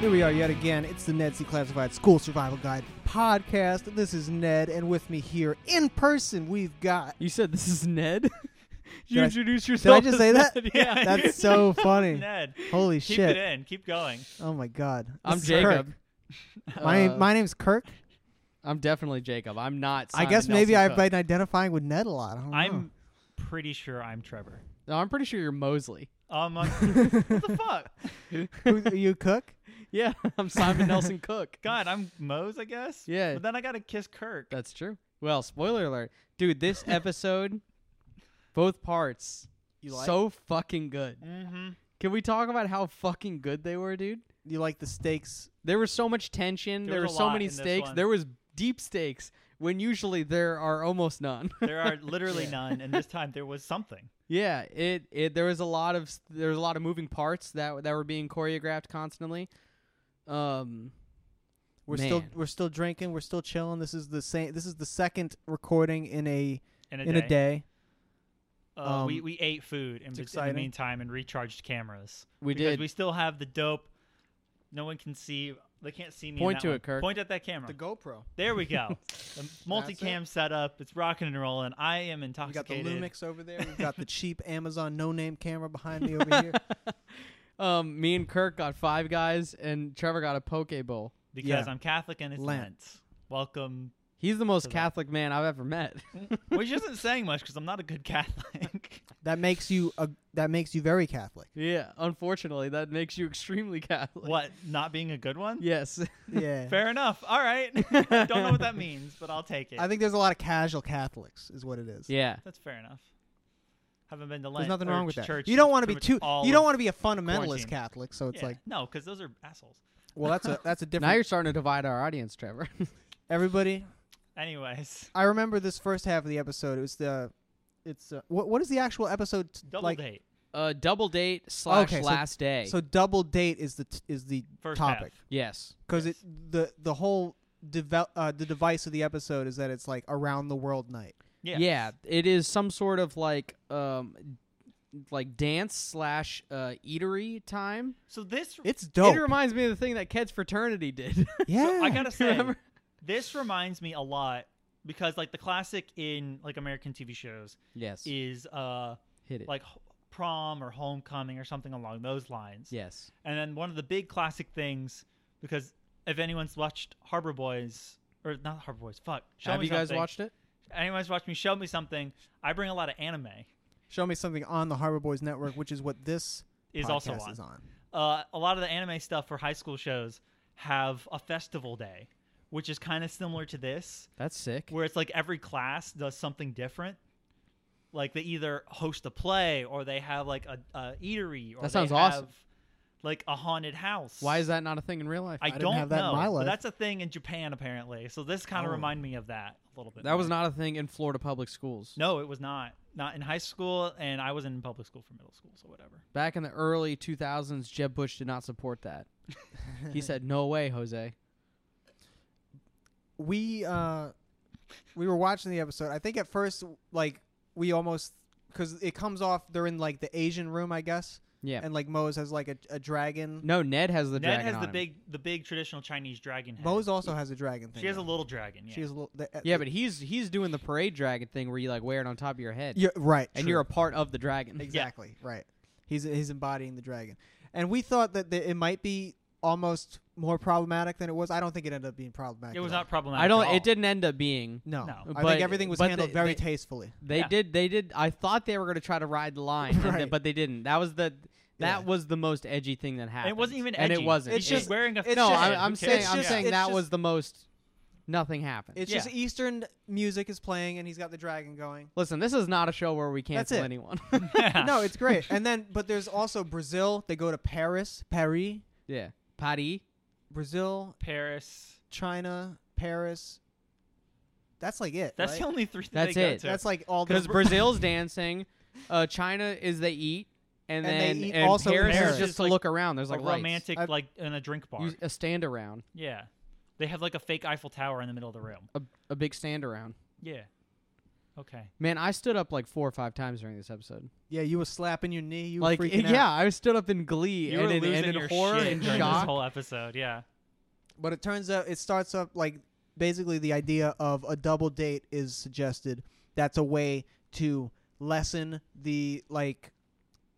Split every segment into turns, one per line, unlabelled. Here we are yet again. It's the Ned C Classified School Survival Guide podcast. This is Ned, and with me here in person, we've got.
You said this is Ned.
Did
you
I-
introduced
Did
yourself.
I just
as
say that?
Ned, Yeah.
That's so funny.
Ned,
Holy
keep
shit!
it in. Keep going.
Oh my god.
I'm
This is Kirk.
Jacob.
My name,
Uh,
my name's Kirk.
I'm definitely Jacob. I'm not.
I
Simon
guess maybe
Nelson
I've
Cook.
been identifying with Ned a lot. I
Oh.
don't know.
I'm pretty sure I'm Trevor.
No, I'm pretty sure you're Mosley.
Um, like, what the fuck?
Who, are you cook?
Yeah, I'm Simon Nelson Cook.
God, I'm Mose, I guess.
Yeah.
But then I gotta kiss Kirk.
That's true. Well, spoiler alert, dude. This episode, both parts,
You like?
so fucking good.
Mm-hmm.
Can we talk about how fucking good they were, dude?
You like the steaks?
There was so much tension.
There
there were
was a
so
lot
many
in this
stakes.
one.
There was deep stakes when usually there are almost none.
There are literally
Yeah.
none, and this time there was something.
Yeah, it, it there was a lot of s- there was a lot of moving parts that that were being choreographed constantly. Um,
We're still
Man.
we're still drinking. We're still chilling. This is the same. This is the second recording in a
In a
in
day.
a day.
Uh,
Um,
we we ate food in, bet- in the
exciting.
meantime and recharged cameras.
we
because
did
We still have the dope. No one can see. They can't see me. in
Point
that
to
one.
it, Kirk.
Point at that camera.
GoPro.
there we go. the multicam setup. It's rocking and rolling. I am
We got the
intoxicated.
Lumix over there. We've got the cheap Amazon no name camera behind me over here.
um, me and Kirk got five guys, and Trevor got a poke bowl.
because
Yeah.
I'm Catholic and it's
Lent.
Lent. Welcome
He's the most
So that-
Catholic man I've ever met.
which isn't saying much because I'm not a good Catholic.
That makes you a, that makes you very Catholic.
yeah, unfortunately, that makes you extremely Catholic.
what? Not being a good one?
Yes.
Yeah.
Fair enough. All right. Don't know what that means, but I'll take it.
I think there's a lot of casual Catholics, is what it is.
yeah.
that's fair enough. Haven't been to
There's
Lent.
nothing
or
wrong with
ch-
that.
Church
you don't want to be
pretty
too.
much all
You don't
of-
want to be a fundamentalist
quarantine.
Catholic. So it's
Yeah.
like,
no, because those are assholes.
well, that's a that's a
Now you're
different.
starting to divide our audience, Trevor.
Everybody,
Anyways,
I remember this first half of the episode. It was the, it's uh, what what is the actual episode t-
double
like?
date
uh, double date slash
Okay, so-
last day.
So double date is the t- is the
first
topic
yes.
because it the the whole devel- uh, the device of the episode is that it's like around the world night.
Yeah.
Yeah, it is some sort of like um like dance slash uh eatery time.
So this,
It's dope.
It reminds me of the thing that Ked's fraternity did.
yeah,
I gotta say,
Remember?
this reminds me a lot because like the classic in like American TV shows
yes.
is uh
Hit it.
like h- prom or homecoming or something along those lines.
yes.
And then one of the big classic things, because if anyone's watched Harbor Boys, or not Harbor Boys, fuck. Show
Have
me
you guys
something.
watched it?
Anyone's watched me? Show me something. I bring a lot of anime.
show me something on the Harbor Boys Network, which is what this
Is
podcast
also
is
on.
on.
Uh, a lot of the anime stuff for high school shows have a festival day, which is kind of similar to this,
That's sick.
where it's like every class does something different. Like they either host a play, or they have like a, a eatery,
That
or they
sounds awesome.
have, like a haunted house.
Why is that not a thing in real life?
I,
didn't
don't
have that in
know.
my
but
life.
that's a thing in Japan apparently. So this kind of
Oh.
reminded me of that a little bit.
that was
more.
not a thing in Florida public schools.
No, it was not. Not in high school, and I wasn't in public school for middle school, so whatever.
Back in the early 2000s, Jeb Bush did not support that. he said, "No way, Jose."
we uh we were watching the episode. I think at first like we almost because it comes off they're in like the Asian room, I guess,
Yeah.
and like Mose has like a, a dragon.
Mm-hmm.
no, Ned has the
Ned
dragon
has
on
the
him.
big, the big traditional Chinese dragon head.
Mose also has a dragon thing.
she has a
on.
little dragon. Yeah.
She has a little. The, uh,
Yeah, but he's he's doing the parade dragon thing where you like wear it on top of your head.
you're right,
and
true.
you're a part of the dragon.
exactly right. He's he's embodying the dragon, and we thought that the, it might be almost more problematic than it was. I don't think it ended up being problematic.
it was
at all.
not problematic.
I don't.
at all.
It didn't end up being.
No,
No.
I
But-
think everything was
but
handled
they-
very
they-
tastefully.
They
Yeah.
did. They did. I thought they were going to try to ride the line, and
Right.
th- but they didn't. That was the. That
Yeah.
was the most edgy thing that happened.
And it wasn't even.
And it
edgy.
wasn't.
It's
He's
just-
wearing a.
it's
no.
just-
I'm,
Who
I'm
cares?
saying.
it's
I'm
just-
saying
it's
that
just-
was the most. Nothing happened.
It's
Yeah.
just Eastern music is playing, and he's got the dragon going.
Listen, this is not a show where we
That's
cancel
it.
anyone. Ah.
Yeah.
no, it's great. And then, but there's also Brazil. They go to Paris, Paris,
yeah, Patty.
Brazil,
Paris.
China, Paris. That's like it.
That's
right?
the only three. That
That's
they go
it.
to.
That's like all the
Because Brazil's dancing, uh, China is they eat, and,
And they
then
eat
and
also in
Paris,
Paris.
is
It's
just to
like
look around. There's
a
like lights.
romantic,
I've-
like in a drink bar.
You- a stand around,
yeah, they have like a fake Eiffel Tower in the middle of the room.
a, a big stand around.
Yeah, a Okay.
Man, I stood up like four or five times during this episode.
Yeah, you were slapping your knee. You were
like,
freaking out.
yeah, I stood up in glee
You
and,
were
in,
losing
and in
your
horror
shit
and
during this
shock.
whole episode. Yeah.
But it turns out it starts up like basically the idea of a double date is suggested. That's a way to lessen the like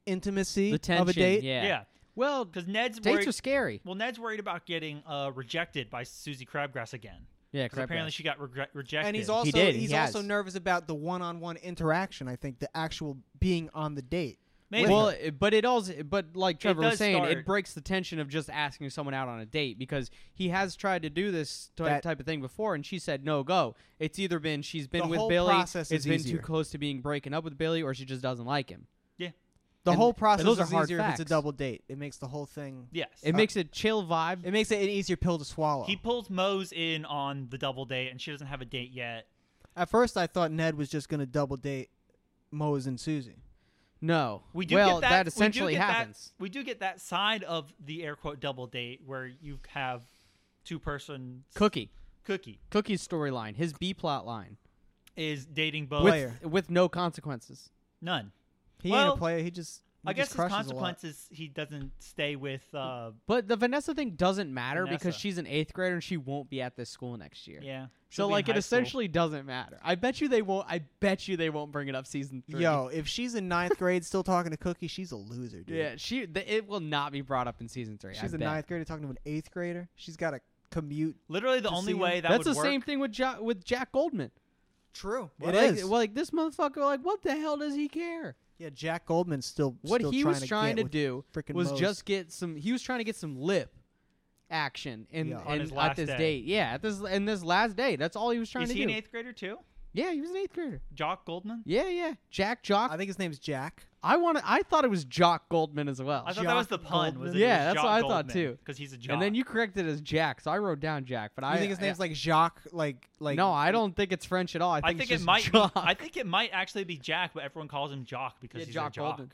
intimacy
the tension,
of a date.
yeah.
Yeah.
Well,
Because Ned's
dates
worried.
are scary.
well, Ned's worried about getting uh, rejected by Susie Crabgrass again.
Yeah,
'Cause apparently she got regre- rejected.
And he's also
did,
he's
he has.
also nervous about the one-on-one interaction. I think the actual being on the date.
Maybe.
Well, it- but it also, but like Trevor was
does
saying, it
start-
breaks the tension of just asking someone out on a date because he has tried to do this ty-
That-
type of thing before, and she said no go. It's either been she's been
The
with
whole
Billy, it's
process is
been
easier.
too close to being breaking up with Billy, or she just doesn't like him.
The
And-
whole
and
process
those are
is
hard
easier if
facts.
it's a double date. It makes the whole thing.
yes.
It
Uh,
makes a chill vibe.
It makes it an easier pill to swallow.
he pulls Mose in on the double date, and she doesn't have a date yet.
At first, I thought Ned was just going to double date Moe's and Susie.
no,
We do
well,
get that, we do
essentially
get that-
happens.
we do get that side of the air quote double date where you have two person
Cookie,
cookie
Cookie's storyline, his B plot line,
is dating both
Player.
with no consequences.
none.
He ain't
Well,
a player. He just. He
I guess
just
his
crushes a lot.
consequence is he doesn't stay with. Uh,
But the Vanessa thing doesn't matter because
Vanessa.
she's an eighth grader and she won't be at this school next year.
yeah.
So
she'll be in
like it
high school.
essentially doesn't matter. I bet you they won't. I bet you they won't bring it up season three.
Yo, if she's in ninth grade still talking to Cookie, she's a loser, dude.
yeah, she th- it will not be brought up in season three.
she's
I
a
bet.
ninth grader talking to an eighth grader. She's got to commute.
literally the
to
only
see
way
him.
that
That's
would
the
work.
same thing with jo- with Jack Goldman.
True,
Well, like, well, like this motherfucker. Like what the hell does he care?
yeah, Jack Goldman's still
What
still
he
trying
was
to
trying to
get
do
with frickin'
was
Moe's.
just get some. He was trying to get some lip action in,
Yeah. On
in-
his
at
last
this
day.
date. Yeah, at this in this last day. That's all he was trying
Is
to
he
do.
an eighth grader too?
yeah, he was an eighth grader.
Jock Goldman.
Yeah, yeah. Jack Jock.
I think his name's Jack.
I want. I thought it was Jock Goldman as well.
I thought that was the
Jock
pun.
Goldman.
Was that it
Yeah,
was
that's
Jock
what I thought, too.
Because he's a jock.
And then you corrected it as Jack, so I wrote down Jack. But
you
I
think his name's like Jacques? Like like
no, I don't think it's French at all. I think,
I think
it's
it
just
might.
Jock.
Be, I think it might actually be Jack, but everyone calls him Jock because
Yeah,
he's
Jock
a jock.
Goldman.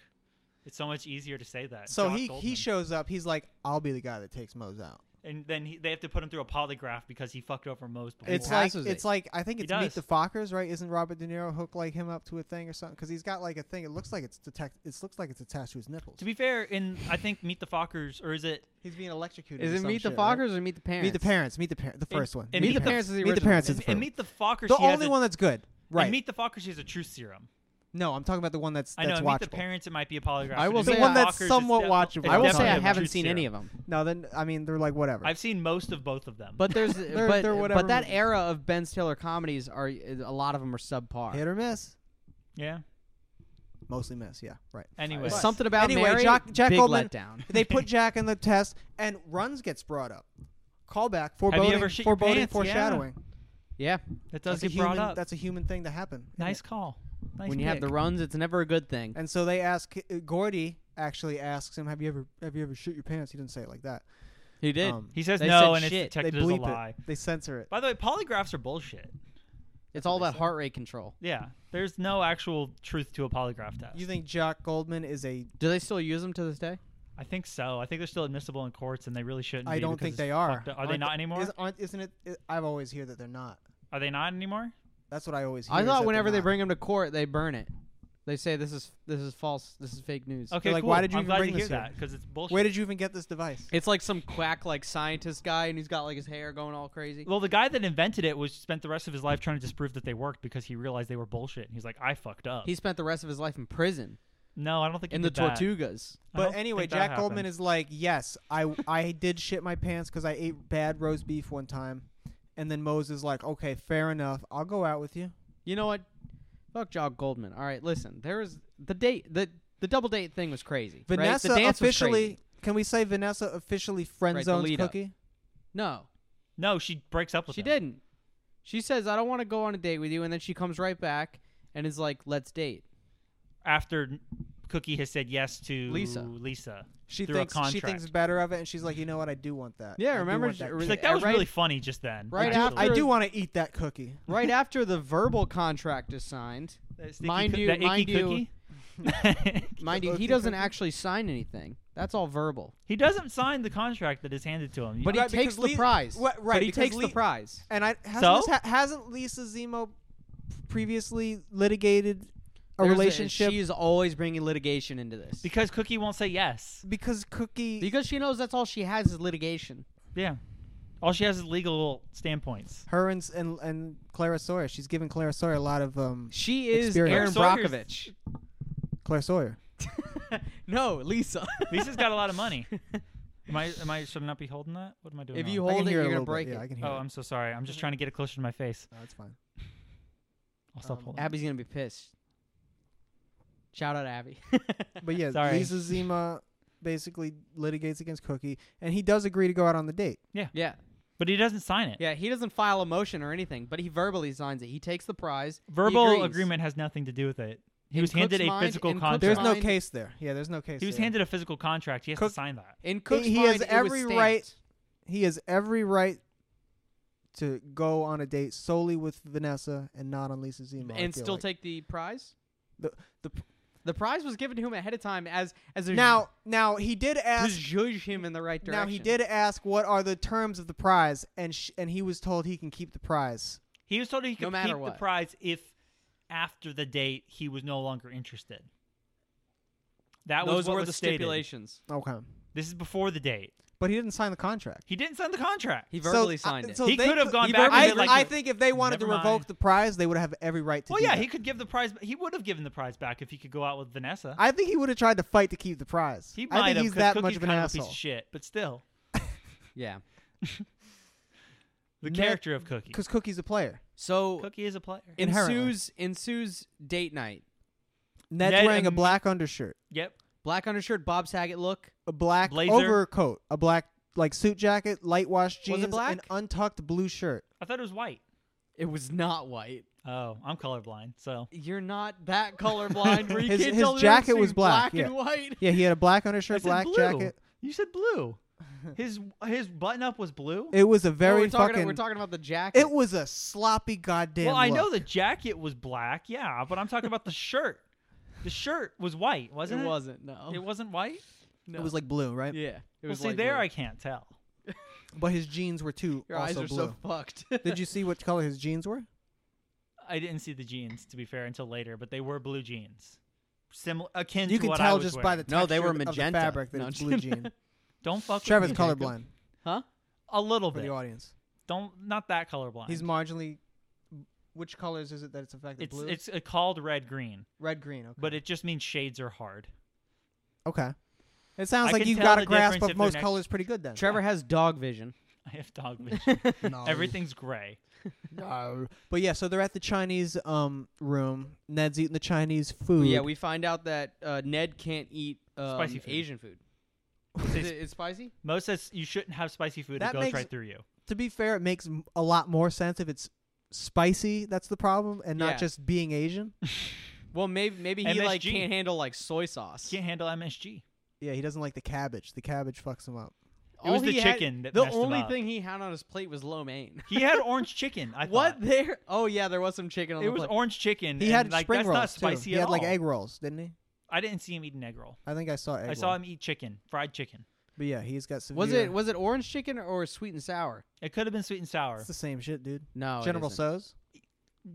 It's so much easier to say that.
So
Jock
he he
Goldman.
shows up. He's like, I'll be the guy that takes Moe's out.
and then he, they have to put him through a polygraph because he fucked over Moe's before.
It's
Well,
like
passes
it's
it.
like I think
He
it's Meet
does.
the Fockers, right? Isn't Robert De Niro hook like him up to a thing or something? Because he's got like a thing. It looks like it's detect. It looks like it's attached to his nipples.
to be fair, in I think Meet the Fockers, or is it
He's being electrocuted.
Is
or
it
some
Meet the
shit, right?
Fockers or Meet the Parents?
Meet the Parents. Meet the Parents. The first one.
and Meet the
Parents is the
Meet the
original
Parents
one.
is
and,
the,
and
first
Meet the Fockers?
one.
he
the
has
only
a-
one that's good. Right.
And Meet the Fockers, he has a truth serum.
no, I'm talking about the one that's
I know.
that's
and Meet
watchable.
the Parents, it might be a polygraph.
I
but
will
in
say
Meet
I- The one
that's
Fockers, it's
somewhat
defi-
watchable.
it's
I will say
definitely
I
a
haven't
truth
seen
serum.
any of them.
No, then I mean they're like whatever.
I've seen most of both of them.
But there's but
they're whatever
but that
movies.
era of Ben's Taylor comedies are a lot of them are subpar.
Hit or miss.
yeah.
Mostly miss. Yeah. Right.
Anyway,
But-
Something about
anyway,
Mary,
Jack- Jack
big
Goldman-
letdown.
they put Jack in the test, and runs gets brought up. Callback.
Have you
Foreboding.
ever shit your
foreboding.
pants? Yeah.
Foreshadowing.
Yeah,
that does
That's a
get brought
human.
up.
That's a human thing to happen. isn't
nice
it?
call. Nice
when you have the
pick.
runs, it's never a good thing.
And so they ask uh, Gordy. Actually, asks him, "Have you ever, have you ever shit your pants?" He didn't say it like that.
He did.
Um,
he says
they
no,
said
and
shit.
it's
They
they
detected as
bleep
a lie.
it. They censor it.
By the way, polygraphs are bullshit.
it's all about heart rate control.
Yeah, there's no actual truth to a polygraph test.
You think Jock Goldman is a
Do they still use them to this day?
I think so. I think they're still admissible in courts, and they really shouldn't.
I
be
don't
because
think
it's
they are.
fucked up. Are they
Aren't
not anymore?
Is, aren't, isn't it, i I've always hear that they're not.
Are they not anymore?
That's what I always hear.
I
is that
thought
they're
whenever they
not.
bring them to court, they burn it. They say this is this is false. This is fake news.
Okay,
like,
cool.
why did you
I'm
even
glad
bring
to hear
this here?
that because it's bullshit.
Where did you even get this device?
It's like some quack like scientist guy, and he's got like his hair going all crazy.
well, the guy that invented it was spent the rest of his life trying to disprove that they worked because he realized they were bullshit. He's like, I fucked up.
He spent the rest of his life in prison
no, I don't think he
in the
did that.
Tortugas.
I
But
don't
anyway,
think that
Jack Goldman
happened.
is like, yes, I I did shit my pants because I ate bad roast beef one time, and then Mose is like, okay, fair enough, I'll go out with you.
You know what? Fuck Jock Goldman. All right, listen. There was the date the the double date thing was crazy. right?
Vanessa
the dance was crazy.
officially, can we say Vanessa officially friend
Right, the
zones
lead up.
Cookie?
no,
No, she breaks up with
she
him.
didn't. She says I don't want to go on a date with you, and then she comes right back and is like, "Let's date."
after Cookie has said yes to
Lisa.
Lisa,
She
Through a
thinks she
contract.
thinks better of it, and she's like, you know what, I do want that.
Yeah,
I do
remember
want
she-
that
re-
she's
cookie.
like, "That was
Right-
really funny just then."
right
Actually.
after-
I do want to eat that cookie.
Right after the verbal contract is signed,
That sticky
Mind
coo-
you-
that icky
mind you-
cookie?
mind you, he doesn't actually sign anything. That's all verbal.
he doesn't sign the contract that is handed to him.
But he
Right,
takes
because
the
Lee-
prize.
Wha- right,
But he
because
takes the
Lee-
prize.
And I hasn't,
So?
this ha- hasn't Lisa Zemo previously litigated a
There's
relationship
She's always bringing litigation into this
because Cookie won't say yes.
because Cookie
because she knows that's all she has is litigation.
Yeah, all she has is legal standpoints.
her and s- and, and Clara Sawyer. She's given Clara Sawyer a lot of um
She is
Experience.
Aaron
Aaron
Brockovich.
Clara Sawyer.
no, Lisa.
Lisa's got a lot of money. Am I? Am I? Should I not be holding that? What am I doing?
If you
wrong?
I can
hold it,
hear
you're
a
gonna
little bit.
break
Yeah, I
it.
can hear.
oh,
it.
I'm so sorry. I'm just trying to get it closer to my face.
No, it's fine.
I'll stop
Um,
holding.
Abby's gonna be pissed. Shout out Abby.
But yeah,
Sorry.
Lisa Zima basically litigates against Cookie, and he does agree to go out on the date.
yeah,
But he doesn't sign it.
yeah. He doesn't file a motion or anything, but he verbally signs it. He takes the prize. He
Verbal
agrees.
agreement has nothing to do with it. He
In
was handed
Cook's
a
mind-
physical
in Cook's
contract.
There's no
Fine.
case there. Yeah, there's no case.
he was
there.
handed a physical contract. He has
Cook-
to sign that.
In Cook's
He has
mind, it was
every
stamped.
right- He has every right to go on a date solely with Vanessa and not on Lisa Zima. I
and
feel
still
like.
take the prize.
The-
the the prize was given to him ahead of time as as a
now. Now he did
to
ask.
judge him in the right direction.
Now he did ask, "What are the terms of the prize?" And sh- and he was told he can keep the prize.
He was told he could
No matter
keep the
what.
prize if, after the date, he was no longer interested. That
Those
was what
were
was
the
stated.
stipulations.
Okay,
This is before the date.
but he didn't sign the contract.
He didn't sign the contract.
He
So,
verbally
uh,
signed it.
so
he
they
could have
could-
gone
he
back.
verbally
and
I,
been like,
I think if they wanted to
Never
revoke
mind.
the prize, they would have every right to.
Well,
do
yeah,
that.
he could give the prize. He would have given the prize back if he could go out with Vanessa.
I think he would have tried to fight to keep the prize.
he might
I think
have.
he's
'cause
that
Cookie's
much of an
kind
asshole.
a piece of shit, but still,
yeah.
the
Net-
character of Cookie.
Because Cookie's a player.
So
Cookie is a player.
Inherently.
ensues ensues date night.
Ned's
Ned
wearing a
imme-
black undershirt,
Yep.
Black undershirt, Bob Saget look.
a black
Blazer.
overcoat, a black like suit jacket, light wash
Was it
jeans,
black?
an untucked blue shirt.
I thought it was white.
It was not white.
Oh, I'm colorblind, so
You're not that colorblind. Where you
His-
can't
his
tell the
jacket
difference
was
between
black,
black and white.
Yeah, he had a black
I
undershirt,
said
black
blue.
jacket.
You said blue. His his button up was blue.
It was a
No,
very
we're talking.
fucking.
we're talking about the jacket.
it was a sloppy goddamn.
well, I know
look.
the jacket was black, yeah, but I'm talking about the shirt. The shirt was white, wasn't it?
wasn't. No.
It wasn't white.
No.
It was like blue, right?
Yeah. It
Well,
was
see,
like
there
blue.
I can't tell.
But his jeans were too
Your
also
eyes are
blue.
so fucked.
Did you see what color his jeans were?
I didn't see the jeans, to be fair, until later, but they were blue jeans, similar akin
You
to
can
what I
tell
was
just
wearing.
by the
No,
texture
they were
of the- of the
magenta.
fabric that
No,
it's blue jean.
Don't fuck.
Trevor's
with me, Jacob.
colorblind
Huh?
A little
for
bit.
the audience.
Don't not that colorblind.
He's marginally. Which colors is it that it's affected?
it's
blue,
it's uh, called red green,
red, green. Okay.
but it just means shades are hard.
okay. It sounds
I
like
can
you've
tell
got a
the
grasp
difference
of
if they're
most
next-
colors pretty good then.
Trevor has dog vision.
I have dog vision.
No.
Everything's gray.
But yeah, so they're at the Chinese um room. Ned's eating the Chinese food.
Yeah, we find out that uh, Ned can't eat um,
Spicy food.
Asian food.
It
Is
says-
it, it's spicy?
Mo says you shouldn't have spicy food.
That
it goes
makes-
right through you.
to be fair, it makes m- a lot more sense if it's spicy. That's the problem, and not
Yeah.
just being Asian.
Well, maybe maybe he like
MSG.
can't handle like soy sauce.
Can't handle MSG.
Yeah, he doesn't like the cabbage. The cabbage fucks him up.
All
was the
he had-
chicken that
the
messed him
only
up.
thing he had on his plate was lo mein.
He had orange chicken. I
what
thought.
there? Oh yeah, there was some chicken on
It
the
was
plate.
orange chicken.
He
and,
had
like
spring
that's
rolls
not spicy
too. He
at
had
all.
like egg rolls, didn't he?
I didn't see him eating egg roll.
I think I saw egg.
I saw him eat chicken, fried chicken.
But yeah, he's got severe.
was it was it orange chicken or sweet and sour?
It could have been sweet and sour.
It's the same shit, dude.
No, it
General
isn't.
So's.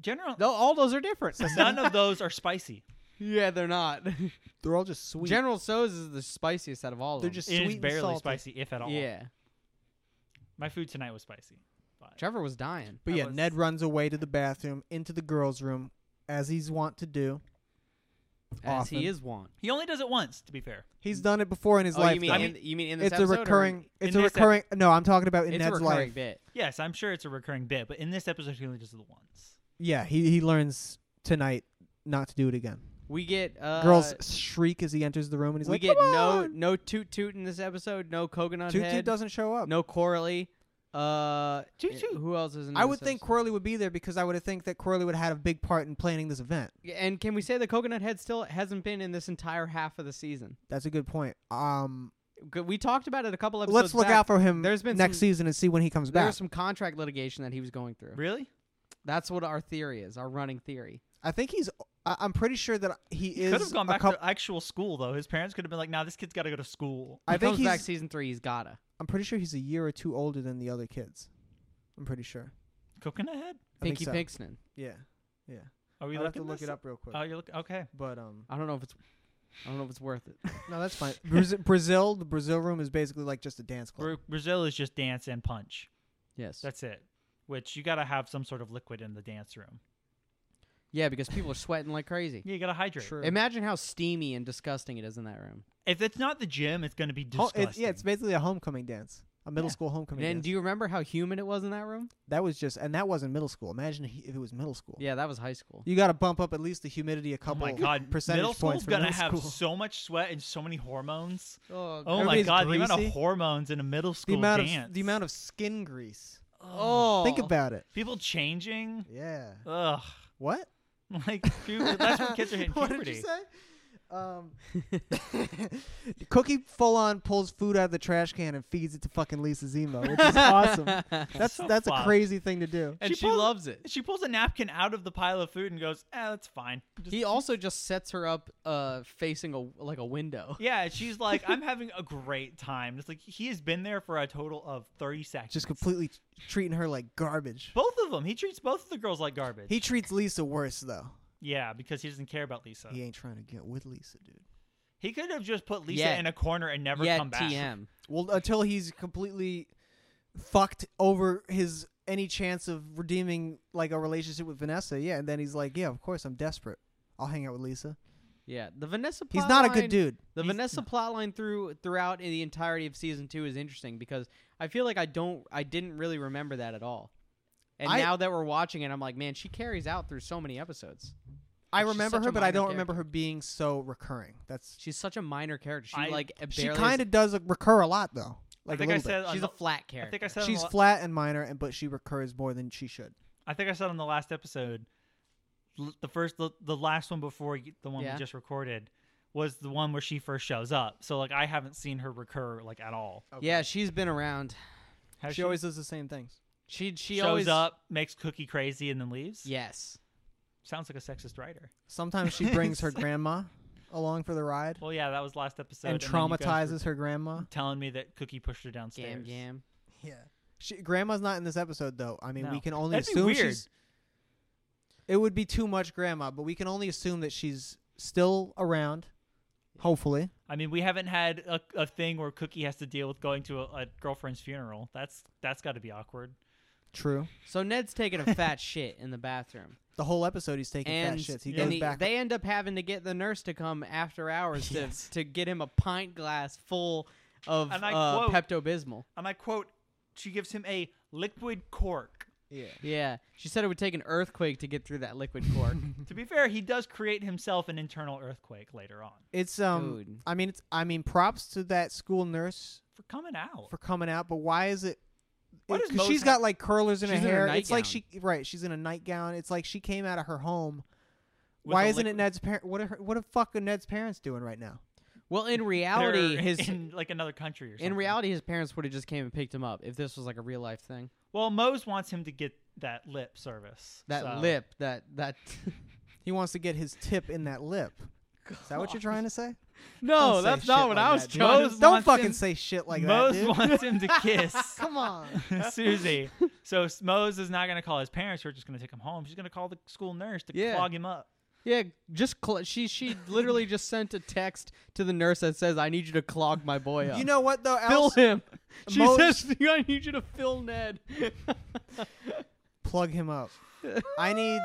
General,
No, all those are different.
none of those are spicy.
yeah, they're not.
They're all just sweet.
General So's is the spiciest out of all of
They're
them.
just
It is
sweet and
barely
salty.
spicy, if at all.
yeah.
My food tonight was spicy. But
Trevor was dying.
But
I
yeah,
was-
Ned runs away to the bathroom, into the girls' room, as he's wont to do.
As
Often.
he is one.
he only does it once, to be fair.
He's done it before in his
Oh,
life.
you mean
though.
in, you mean in this
it's a
episode or
recurring. It's
in
a
this ep-
recurring. no, I'm talking about in
it's a
Ned's
recurring
life.
bit.
Yes, I'm sure it's a recurring bit, but in this episode, he only does it once.
Yeah, he he learns tonight not to do it again.
We get uh,
girls shriek as he enters the room, and he's
we
like,
get
"Come
no
on!"
no toot toot in this episode. No coconut
Toot
head.
Toot doesn't show up.
no Corley. Uh,
Toot Toot.
Who else is in?
I
this
would think
episode?
Corley would be there because I would have think that Corley would have had a big part in planning this event.
And can we say the coconut head still hasn't been in this entire half of the season?
That's a good point. Um,
G- We talked about it a couple episodes.
let's look
back.
out for him
There's been
next
some-
season and see when he comes
There
back.
was some contract litigation that he was going through.
Really?
That's what our theory is. Our running theory.
I think he's. I, I'm pretty sure that he
He could
is.
have gone
a
back
coup-
to actual school, though. His parents could have been like, nah, this kid's got to go to school.
I
He
think
comes back
he's.
season three. He's gotta.
I'm pretty sure he's a year or two older than the other kids. I'm pretty sure.
Coconut head?
I think
Pinky
so.
Pinkston.
Yeah, yeah.
Are we
I'll have to
looking
look
this
it up real quick.
Oh, you're looking. Okay.
but um,
I don't know if it's. I don't know if it's worth it.
no, that's fine. Brazil, Brazil, the Brazil room is basically like just a dance club.
Bra- Brazil is just dance and punch.
yes.
That's it. Which you gotta have some sort of liquid in the dance room.
yeah, because people are sweating like crazy.
Yeah, you gotta hydrate.
True.
Imagine how steamy and disgusting it is in that room.
If it's not the gym, it's gonna be
Ho-
disgusting.
it's, yeah, it's basically a homecoming dance, a middle
Yeah.
school homecoming
and
dance.
do you remember how humid it was in that room?
that was just, and that wasn't middle school. Imagine he- if it was middle school.
Yeah, that was high school.
You got to bump up at least the humidity a
oh
couple
my god,
percentage
middle
points
school's
for
gonna
middle
have
school.
so much sweat and so many hormones.
Oh,
Oh
Everybody's
my god, the amount
greasy.
of hormones in a middle
the
school
amount
dance.
of the amount oh. of skin grease.
Oh.
Ugh.
Think about it.
people changing.
Yeah.
Ugh,
What?
like puberty. that's when kids are hitting
what
puberty.
did you say? Um, Cookie full on pulls food out of the trash can and feeds it to fucking Lisa Zima, which is awesome. That's
So
that's a
fucked.
crazy thing to do.
and
She
she,
pulled-
loves it.
She pulls a napkin out of the pile of food and goes, "Ah, that's fine." Just-
He also just sets her up uh, facing a like a window.
yeah, she's like, "I'm having a great time." It's like he has been there for a total of thirty seconds.
Just completely t- treating her like garbage.
both of them. He treats both of the girls like garbage.
He treats Lisa worse though.
yeah, because he doesn't care about Lisa.
He ain't trying to get with Lisa, dude.
He could have just put Lisa
Yeah.
in a corner and never
yeah,
come back.
TM.
Well, until he's completely fucked over his any chance of redeeming like a relationship with Vanessa, yeah, and then he's like, yeah, of course, I'm desperate. I'll hang out with Lisa.
Yeah, the Vanessa.
He's not a
plotline-
good dude.
The
He's-
Vanessa plotline through throughout the entirety of season two is interesting because I feel like I don't, I didn't really remember that at all. And
I-
now that we're watching it, I'm like, man, she carries out through so many episodes.
I
She's
remember
such
her,
a
but I
minor
don't remember her being so recurring. That's
She's such a minor character. She
I-
like
she
barely.
kind of does like, recur a lot though. Like
I think
a little
I
bit.
said. on
She's
the-
a flat
I
character.
think I said. on
She's
the, la-
flat and minor, and but she recurs more than she should.
I think I said on the last episode, l- the first, the, the last one before y- the one
Yeah.
we just recorded, was the one where she first shows up. So like, I haven't seen her recur like at all.
Yeah, she's been around.
Has
she, always does the same things.
She she
shows
always
up, makes Cookie crazy, and then leaves.
Yes.
sounds like a sexist writer.
Sometimes she brings her grandma along for the ride
Well, yeah, that was last episode.
and
then you guys were
traumatizes her grandma.
telling me that Cookie pushed her downstairs.
Gam gam.
Yeah. She, grandma's not in this episode though. I mean, we
No.
can only
That'd be
assume
weird.
she's. It would be too much grandma, but we can only assume that she's still around. Hopefully,
I mean, we haven't had a, a thing where Cookie has to deal with going to a, a girlfriend's funeral. That's that's got to be awkward.
true.
So Ned's taking a fat shit in the bathroom,
The whole episode, he's taking
and,
fat shits. He
and
goes
he-
back.
they end up having to get the nurse to come after hours to
Yes.
to get him a pint glass full of
And I
uh,
quote-
Pepto Bismol.
And I quote: "She gives him a liquid cork."
yeah.
Yeah, she said it would take an earthquake to get through that liquid cork.
to be fair, he does create himself an internal earthquake later on
It's um.
Dude.
I mean, it's. I mean, props to that school nurse
for coming out.
for coming out. But why is it?
Why does
Because
Mose
she's
have-
got like curlers in her
She's in her
hair. it's like she
nightgown.
right. She's in a nightgown. It's like she came out of her home.
With
why
a
isn't it
liquid-
Ned's parent? What are her, what the fuck are Ned's parents doing right now?
well, in
They're
reality, his
in like another country or something.
in reality his parents would have just came and picked him up if this was like a real life thing.
well, Mose wants him to get that lip service.
That
so-
lip, that that.
He wants to get his tip in that lip. Is that what you're trying to say?
no,
Don't
that's
say
not
shit
what
like
I was
that, dude.
trying.
Mose
Don't
wants
fucking
him-
say shit like
Mose
that, dude.
wants him to kiss
Come on.
Susie. So s- Mose is not going to call his parents. We're just going to take him home. She's going to call the school nurse to
Yeah.
clog him up.
Yeah, just cl- she she literally just sent a text to the nurse that says, "I need you to clog my boy up."
You know what though?
fill
Else,
him. She
Mo-
says, "I need you to fill Ned."
plug him up. I need.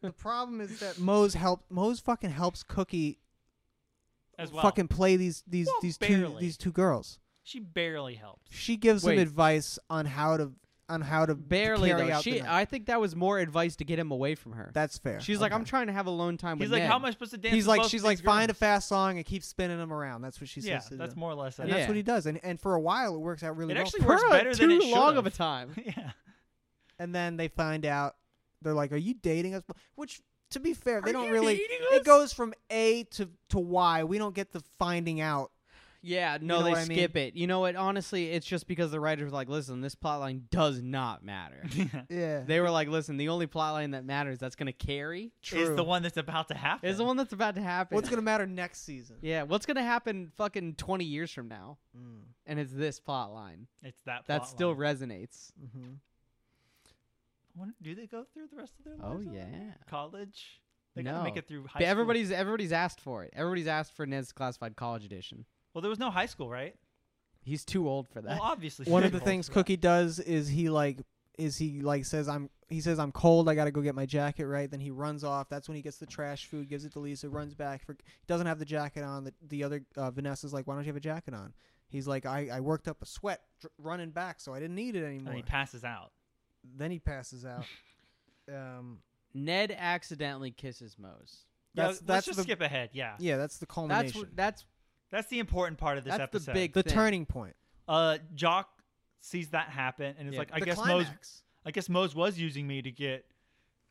The problem is that Mose help. Mose fucking helps Cookie
As well,
fucking play these these
Well,
these two
barely.
these two girls.
she barely helps.
She gives
Wait.
him advice on how to on how to
Barely
carry
though.
out the
She,
night.
I think that was more advice to get him away from her.
That's fair.
She's like,
Okay.
"I'm trying to have alone time
He's
with
like,
Ned."
how am I supposed to dance?
He's
with
like
both
she's
of
like
these
find a
girls?"
fast song and keep spinning them around. That's what she
Yeah,
says. to
that's
do.
more or less.
And
it.
that's what
Yeah.
he does, and and for a while it works out really
It
well.
actually
for
works
her.
For
better
a
than
too
it
long of
should've.
a time.
yeah.
and then they find out they're like, "Are you dating us?" Which, to be fair, they
Are
don't
you
really.
dating us?
It goes from A to to Y. We don't get the finding out.
Yeah, no,
know
they
what I mean?
skip it. You know what? Honestly, it's just because the writers were like, "Listen, this plotline does not matter."
Yeah,
they were like, "Listen, the only plotline that matters that's going to carry
true.
Is the one that's about to happen.
is the one that's about to happen."
What's gonna matter next season?
Yeah, what's gonna happen fucking twenty years from now?
Mm,
And it's this plot line
It's that.
that
plot
mm-hmm.
still
line.
resonates.
mhm.
When, do they go through the rest of their lives?
Oh
over
yeah.
there? college. They gotta make
No.
it through high.
But
school.
everybody's everybody's asked for it. Everybody's asked for Ned's Classified College Edition.
Well, there was no high school, right?
He's too old for that.
Well, obviously.
One of
she
the
holds
things
for that.
Cookie does is he like is he like says I'm he says I'm cold. I gotta go get my jacket right. Then he runs off. That's when he gets the trash food, gives it to Lisa, runs back for doesn't have the jacket on. The the other uh, Vanessa's like, why don't you have a jacket on? He's like, I I worked up a sweat dr- running back, so I didn't need it anymore.
And he passes out.
then he passes out. um,
Ned accidentally kisses Mose.
Yeah,
That's-
let's
that's
just
the-
skip ahead. Yeah,
yeah, that's the
That's
culmination.
wh- that's
that's the important part of this
That's the
episode.
big-
the
thing.
turning point.
Uh, Jock sees that happen and is
Yeah,
like, I
the
guess Moe's,
climax.
I guess Mose was using me to get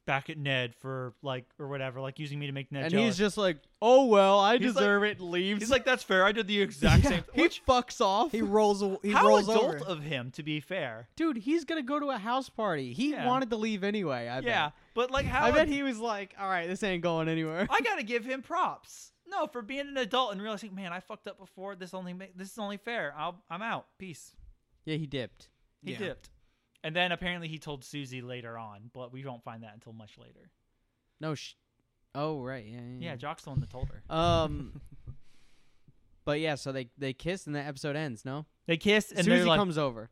back at Ned for like or whatever, like using me to make Ned
and
jealous.
he's just like, oh well, I
He's like-
deserve it. and Leaves.
he's like, that's fair. I did the exact
Yeah,
same.
He
Which
fucks off.
he rolls. aw- He
how
rolls
adult
over.
of him, to be fair.
Dude, he's gonna go to a house party. He
Yeah.
wanted to leave anyway. I
Yeah,
bet.
but like how
I bet
ad-
he was like, all right, this ain't going anywhere.
I gotta give him props. No, for being an adult and realizing, man, I fucked up before. This only ma- this is only fair. I'll, I'm out. Peace.
yeah, he dipped.
He
Yeah.
dipped, and then apparently he told Susie later on, but we don't find that until much later.
No. Sh- oh right. Yeah.
Yeah, Jock's the one that told her.
Um. but yeah, so they they kiss and the episode ends. No.
They kiss, and
Susie
they're like,
comes over.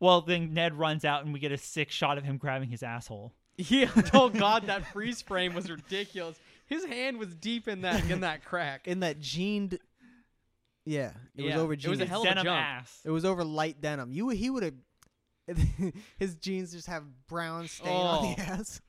well, then Ned runs out, and we get a sick shot of him grabbing his asshole.
Yeah. Oh God, that freeze frame was ridiculous. His hand was deep in that in that crack.
in that jeaned. Yeah, it
Yeah,
was over
it
jeans.
was a hell of
Denim
jump.
ass.
It was over light denim. You he would have. his jeans just have brown stain on the
Oh.
ass.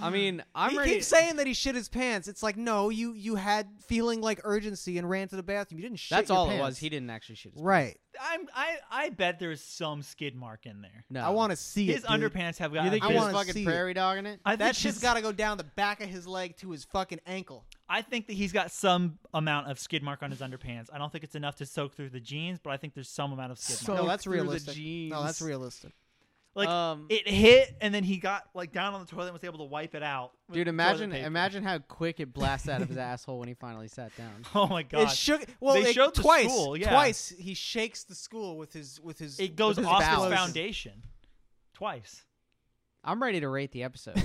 I mean, I'm
he
ready.
keeps saying that he shit his pants. It's like no, you you had feeling like urgency and ran to the bathroom. You didn't shit.
That's
your
all it
pants.
was. He didn't actually shoot his.
Right.
I'm I I bet there's some skid mark in there.
No.
I want to see
His
it. dude.
underpants have got.
You think
I
he was
wanna
fucking
see it.
prairie dogging it?
I think
That shit's
he's-
got to go down the back of his leg to his fucking ankle.
I think that he's got some amount of skid mark on his underpants. I don't think it's enough to soak through the jeans, but I think there's some amount of skid mark.
So-
no, that's
through the
realistic. No, that's
jeans.
realistic.
Like
um,
it hit, and then he got like down on the toilet and was able to wipe it out. with
Dude,
toilet
imagine
paper.
imagine how quick it blasts out of his asshole when he finally sat down.
Oh my god!
It shook. Well,
They
it-
showed the
twice.
school, yeah.
Twice he shakes the school with his with his.
it goes
with his
off
bowels.
his foundation twice.
I'm ready to rate the episode.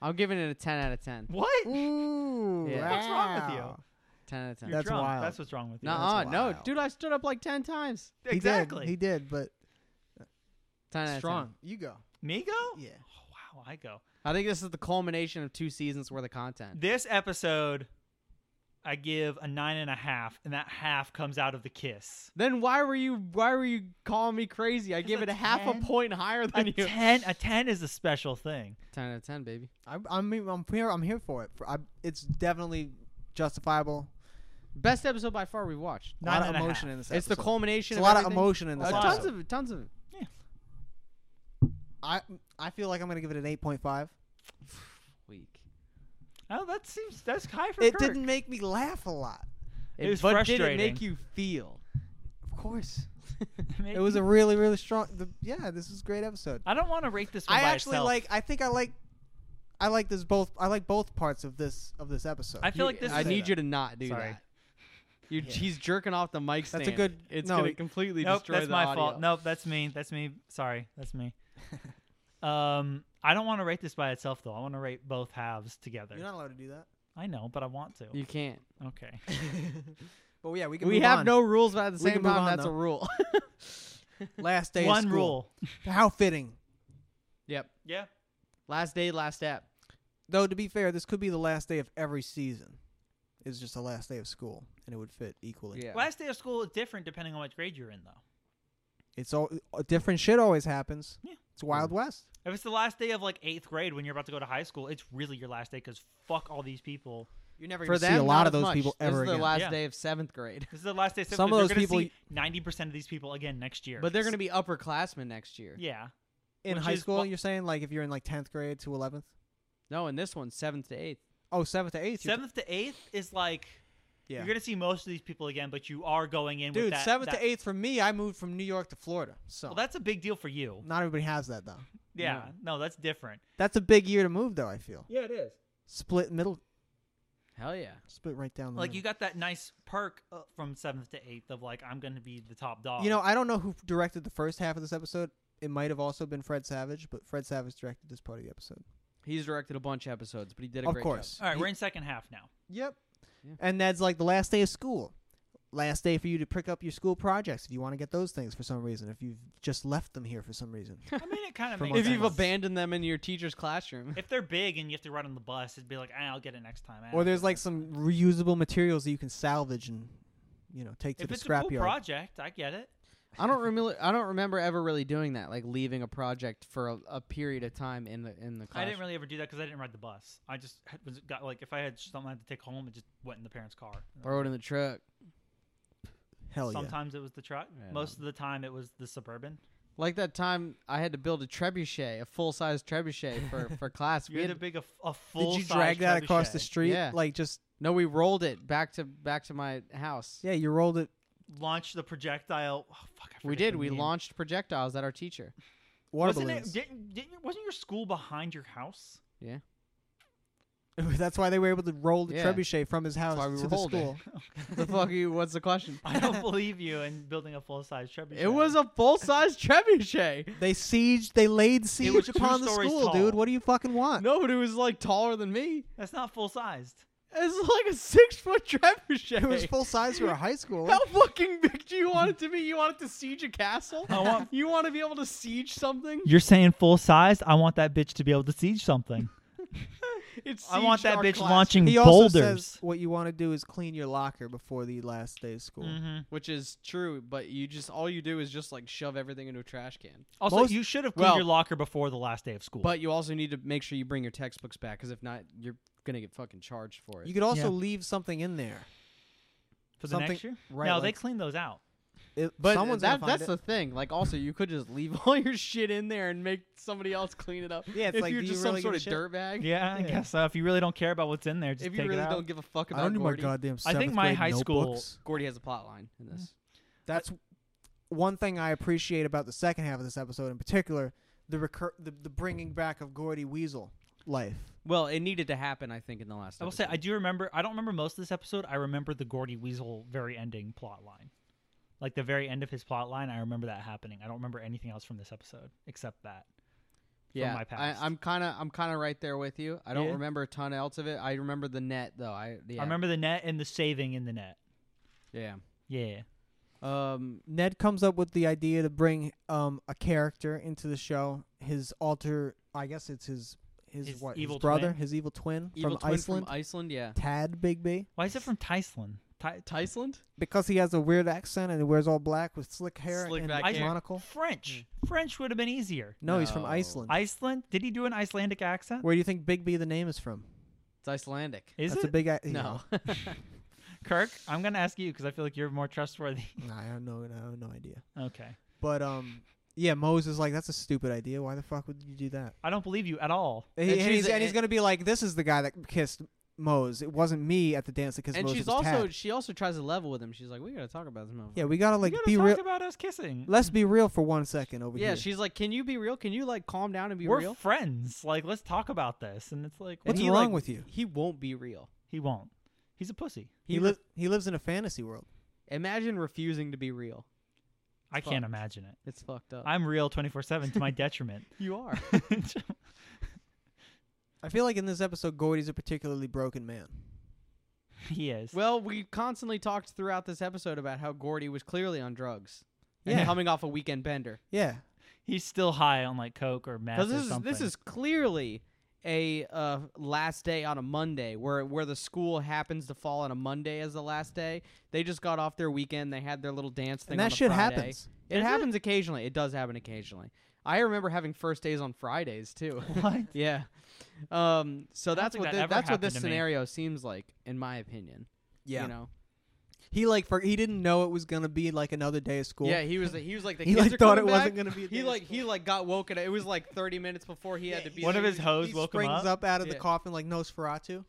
I'm giving it a 10 out of 10.
What?
Ooh,
Yeah.
What's wrong with you?
wow.
10 out of 10.
You're
That's
drunk.
wild.
That's what's wrong with you.
Nuh-uh,
that's
no,
wild.
dude, I stood up like 10 times.
He did,
exactly.
He did, but
10 out of 10.
strong. You go.
Me go?
Yeah.
Oh, wow, I go.
I think this is the culmination of two seasons worth of content.
This episode, I give a nine and a half, and that half comes out of the kiss.
Then why were you why were you calling me crazy? I give
a
it a half a
10.
point higher
A
than you.
ten, a ten is a special thing.
10 out of 10, baby.
I, I mean, I'm here. I'm here for it. For- I, it's definitely justifiable.
Best episode by far we've watched.
A
Nine
lot
and
of
a
emotion
half.
in this.
It's the
episode.
culmination
It's a
of
lot of
everything.
emotion in this.
Uh,
lot.
tons
episode.
of tons of
I I feel like I'm gonna give it an 8.5.
week.
Oh, that seems that's high for
It
Kirk.
didn't make me laugh a lot.
It was
but did it make
frustrating.
you feel?
Of course,
Maybe-
it was a really really strong. The, yeah, this is a great episode.
I don't want to rate this. One
I
by
actually
itself.
like. I think I like. I like this both. I like both parts of this of this episode.
I feel like this.
I
is
need you to not do
Sorry.
that. You, He's jerking off the mic stand.
a good-
It's
no,
gonna
it-
completely
Nope,
destroy
that's
the
my
audio.
fault. Nope, that's me. That's me. Sorry, that's me. um, I don't want to rate this by itself though. I want to rate both halves together.
You're not allowed to do that.
I know, but I want to.
you can't.
okay.
but yeah, we can.
We
move
have
on.
no rules, but at the
We
same
can move
time,
on,
that's a
though.
rule.
last day. of
One
school.
rule.
How fitting.
yep.
Yeah.
Last day, last step.
Though to be fair, this could be the last day of every season. It's just the last day of school, and it would fit equally.
Yeah.
Last day of school is different depending on what grade you're in though.
It's all uh, different shit always happens.
Yeah.
It's
Mm.
Wild West.
If it's the last day of like eighth grade when you're about to go to high school, it's really your last day because fuck all these people.
You're never
For
gonna
them,
see a lot
not
of
as
those
much.
people
This
ever
is their
again.
last
Yeah.
day of seventh grade.
This is the last day. Of
Some of those people-
Ninety percent of these people again next year.
But they're going to be upperclassmen next year.
yeah.
in
which
high
is
school,
fu-
you're saying like if you're in like tenth grade to eleventh.
No, and this one's seventh to eighth.
Oh, seventh to eighth. you're
Seventh to eighth is like
t- yeah.
you're gonna see most of these people again, but you are going in with
Dude,
that.
seventh
that-
to eighth for me, I moved from New York to Florida, so
Well, that's a big deal for you.
not everybody has that though.
Yeah, no, that's different.
That's a big year to move though. I feel
Yeah, it is.
Mm-hmm. split middle,
Hell yeah.
split right down the
Like
middle.
you got that nice perk uh, from seventh to eighth of like I'm going to be the top dog.
You know, I don't know who directed the first half of this episode. it might have also been Fred Savage, but Fred Savage directed this part of the episode.
He's directed a bunch of episodes, but he did a
Of
great
course.
job.
All right,
He-
we're in second half now.
Yep.
Yeah.
And that's like the last day of school. Last day for you to pick up your school projects if you want to get those things for some reason. If you've just left them here for some reason.
I mean, it kind of
For
makes
most
If
sense.
you've
Exactly.
abandoned them in your teacher's classroom,
if they're big and you have to run on the bus, it'd be like, ah, I'll get it next time. Ah,
Or
I'll
there's
get it
like
next
some
time."
reusable materials that you can salvage and you know take to
If
the
it's a cool
scrapyard.
project, I get it.
I don't remember. I don't remember ever really doing that, like leaving a project for a, a period of time in the in the
I
classroom.
didn't really ever do that because I didn't ride the bus. I just had, was got like if I had something I had to take home, it just went in the parents' car.
Throw it in the truck.
Hell yeah.
Sometimes it was the truck.
Yeah.
Most of the time, it was the suburban.
Like that time I had to build a trebuchet, a full size trebuchet for for class.
You
We
had to
had,
big a, a full.
Did you drag that across the street?
Yeah.
Like just
no, we rolled it back to back to my house.
yeah, you rolled it.
Launch the projectile. Oh, fuck, I
we
forget
did.
the
We
name.
launched projectiles at our teacher.
Water
wasn't
balloons.
It, didn't, didn't, wasn't your school behind your house?
That's why they were able to roll the
Yeah.
trebuchet from his house
why we
to the
rolled it.
school.
the fuck? You, what's the question?
I don't believe you in building a full size trebuchet.
It was a full size trebuchet.
They sieged. They laid
was
siege
two
upon the
stories
school,
tall.
dude. What do you fucking want?
No, but it was like taller than me.
That's not full sized.
It's like a six foot trebuchet.
It was full size for a high school.
How fucking big do you want it to be? You want it to siege a castle?
I want-
you want to be able to siege something?
You're saying full sized? I want that bitch to be able to siege something.
It's
I want
sieged
that
our
bitch
classroom,
launching
He also says
boulders.
what you want to do is clean your locker before the last day of school.
Mm-hmm.
Mhm.
Which is true, but you just all you do is just like shove everything into a trash can.
Also,
Most-
you should have cleaned
well-
your locker before the last day of school.
But you also need to make sure you bring your textbooks back, because if not, you're gonna get fucking charged for it.
You could also
Yeah.
leave something in there.
for the
something-
next year,
Right.
no, they
like,
clean those out.
it-
but
someone's
that,
gonna find
that's
it.
the thing. Like, also, you could just leave all your shit in there and make somebody else clean it up.
Yeah, it's
if
like,
you're
do you
just
really
some sort
give
of
a shit?
dirtbag.
Yeah, I
Yeah.
guess so. If you really don't care about what's in there, just
If you
take
really
it out.
don't give a fuck about
I don't need my
Gordy,
goddamn.
I think
seventh
my
grade
high school-
notebooks.
Gordy has a plot line in this.
That's one thing I appreciate about the second half of this episode, in particular, the recur- the, the bringing back of Gordy Weasel life.
Well, it needed to happen, I think, in the last.
I will say I do remember. I don't remember most of this episode. I remember the Gordy Weasel very ending plot line, like the very end of his plot line. I remember that happening. I don't remember anything else from this episode except that. from
yeah,
my past.
I, I'm kind of I'm kind of right there with you. I don't
Yeah.
remember a ton else of it. I remember the net though. I yeah
I remember the net and the saving in the net.
yeah.
Yeah,
Um,
Ned comes up with the idea to bring um, a character into the show. His alter, I guess it's his his,
His
what
evil
his brother,
twin?
his evil twin
evil
from
twin
Iceland,
from Iceland. Yeah,
Tad Bigby,
why is it from Tyceland? Ty-
Iceland.
because he has a weird accent and he wears all black with slick hair
Slick
and
back
a
hair.
monocle.
French.
Hmm.
French would have been easier.
No, he's from
No.
Iceland.
Iceland? Did he do an Icelandic accent?
Where do you think Bigby the name is from?
It's Icelandic.
Is
That's
it
a big I- you
no,
Kirk? I'm gonna ask you because I feel like you're more trustworthy.
know. I have no, I have no idea.
okay,
But um, yeah, Mose is like, that's a stupid idea. Why the fuck would you do that?
I don't believe you at all.
And,
And
he's-
she's-
and he's gonna be like, this is the guy that kissed Mose. It wasn't me at the dance that kissed
and
Mose.
she's
it was
also
Tad.
she also tries to level with him. She's like, we gotta talk about this movie.
yeah. We gotta like
you gotta
be
talk
real.
about us kissing.
Let's be real for one second over
yeah.
here.
She's like, can you be real? Can you like calm down and be
We're
real?
friends. Like, let's talk about this. And it's like,
And
What's
he,
wrong
like,
with you?
He won't be real.
He won't. He's a pussy.
he li- he lives in a fantasy world.
Imagine refusing to be real.
I can't
Fucked.
imagine it.
It's fucked up.
I'm real 24 7 to my detriment.
you are.
I feel like in this episode, Gordy's a particularly broken man.
he is.
Well, we constantly talked throughout this episode about how Gordy was clearly on drugs. And
Yeah.
coming off a weekend bender.
Yeah,
He's still high on like coke or meth or
Because this is
something.
this is clearly a uh, last day on a Monday, where where the school happens to fall on a Monday as the last day. They just got off their weekend. They had their little dance thing.
and
on
that
the
shit
Friday.
happens.
It
Is it?
happens occasionally. It does happen occasionally. I remember having first days on Fridays too.
what?
yeah. Um. So that's
think
what
that
thi-
ever
that's what this
happened to me.
scenario seems like, in my opinion.
Yeah,
You know.
he like for he didn't know it was gonna be like another day of school.
Yeah. He was. He was like the
he
kids
like
are
thought it
coming back.
wasn't gonna be. A day
He
of
like
school.
he like got woken. It was like 30 minutes before he had to be.
One of
there.
his hoes
he
woke him
springs
up.
up? out of
Yeah.
the coffin like Nosferatu,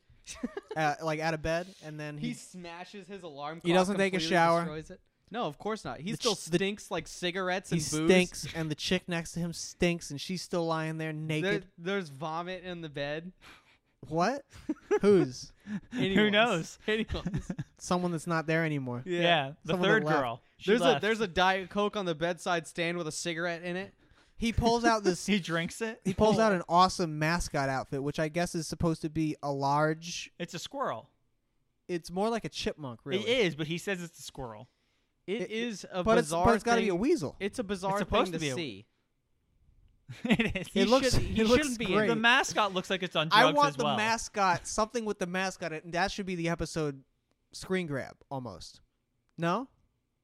uh, like out of bed, and then
He
he
smashes his alarm. Clock
He doesn't take a
completely,
shower.
destroys it. No, of course not. He
The
still
ch- the-
stinks like cigarettes
he
and booze.
stinks, and the chick next to him stinks, and she's still lying there
There-
naked.
there's vomit in the bed.
What? Who's
Who
Anyone's.
knows?
Anyone's.
someone that's not there anymore?
Yeah. the
Someone that
third
left.
girl. She
There's a
left.
there's a diet coke on the bedside stand with a cigarette in it.
he pulls out this
He drinks it.
he pulls out an awesome mascot outfit, which I guess is supposed to be a large.
It's a squirrel.
It's more like a chipmunk, really.
It is, but he says it's a squirrel.
It-
it is a
but it's
bizarre.
but it's got to be a
thing-
weasel.
It's a bizarre thing
supposed to be a-
see.
it is.
He
it looks.
should- he
it looks
shouldn't be in
great.
the mascot looks like it's on drugs
I want
as
the
well.
mascot, something with the mascot, and that should be the episode screen grab almost. No,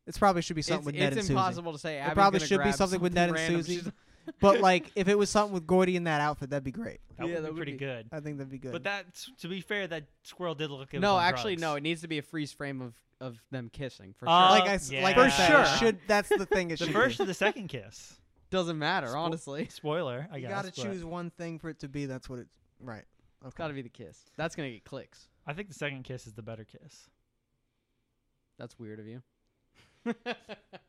it probably should be something
It's,
with Ned
it's
and
impossible to say.
Susie.
Abby's
It probably
gonna
should be
grab
something with Ned and
random.
Susie.
She's-
but like, if it was something with Gordy in that outfit, that'd be great.
That
Yeah, that
would be
would
pretty
be-
good.
I think that'd be good.
But that's to be fair, that squirrel did look. like it was
no,
on
actually, no.
drugs.
It needs to be a freeze frame of of them kissing for
Uh,
sure.
like I, s-
yeah.
like
For
I said, it
sure.
should that's the thing. It
The
should
first
be.
or the second kiss.
Doesn't matter,
Spo-
honestly.
Spoiler. I
You
guess.
gotta
but
choose one thing for it to be. That's what it. Right.
It's got to be the kiss. That's gonna get clicks.
I think the second kiss is the better kiss.
That's weird of you.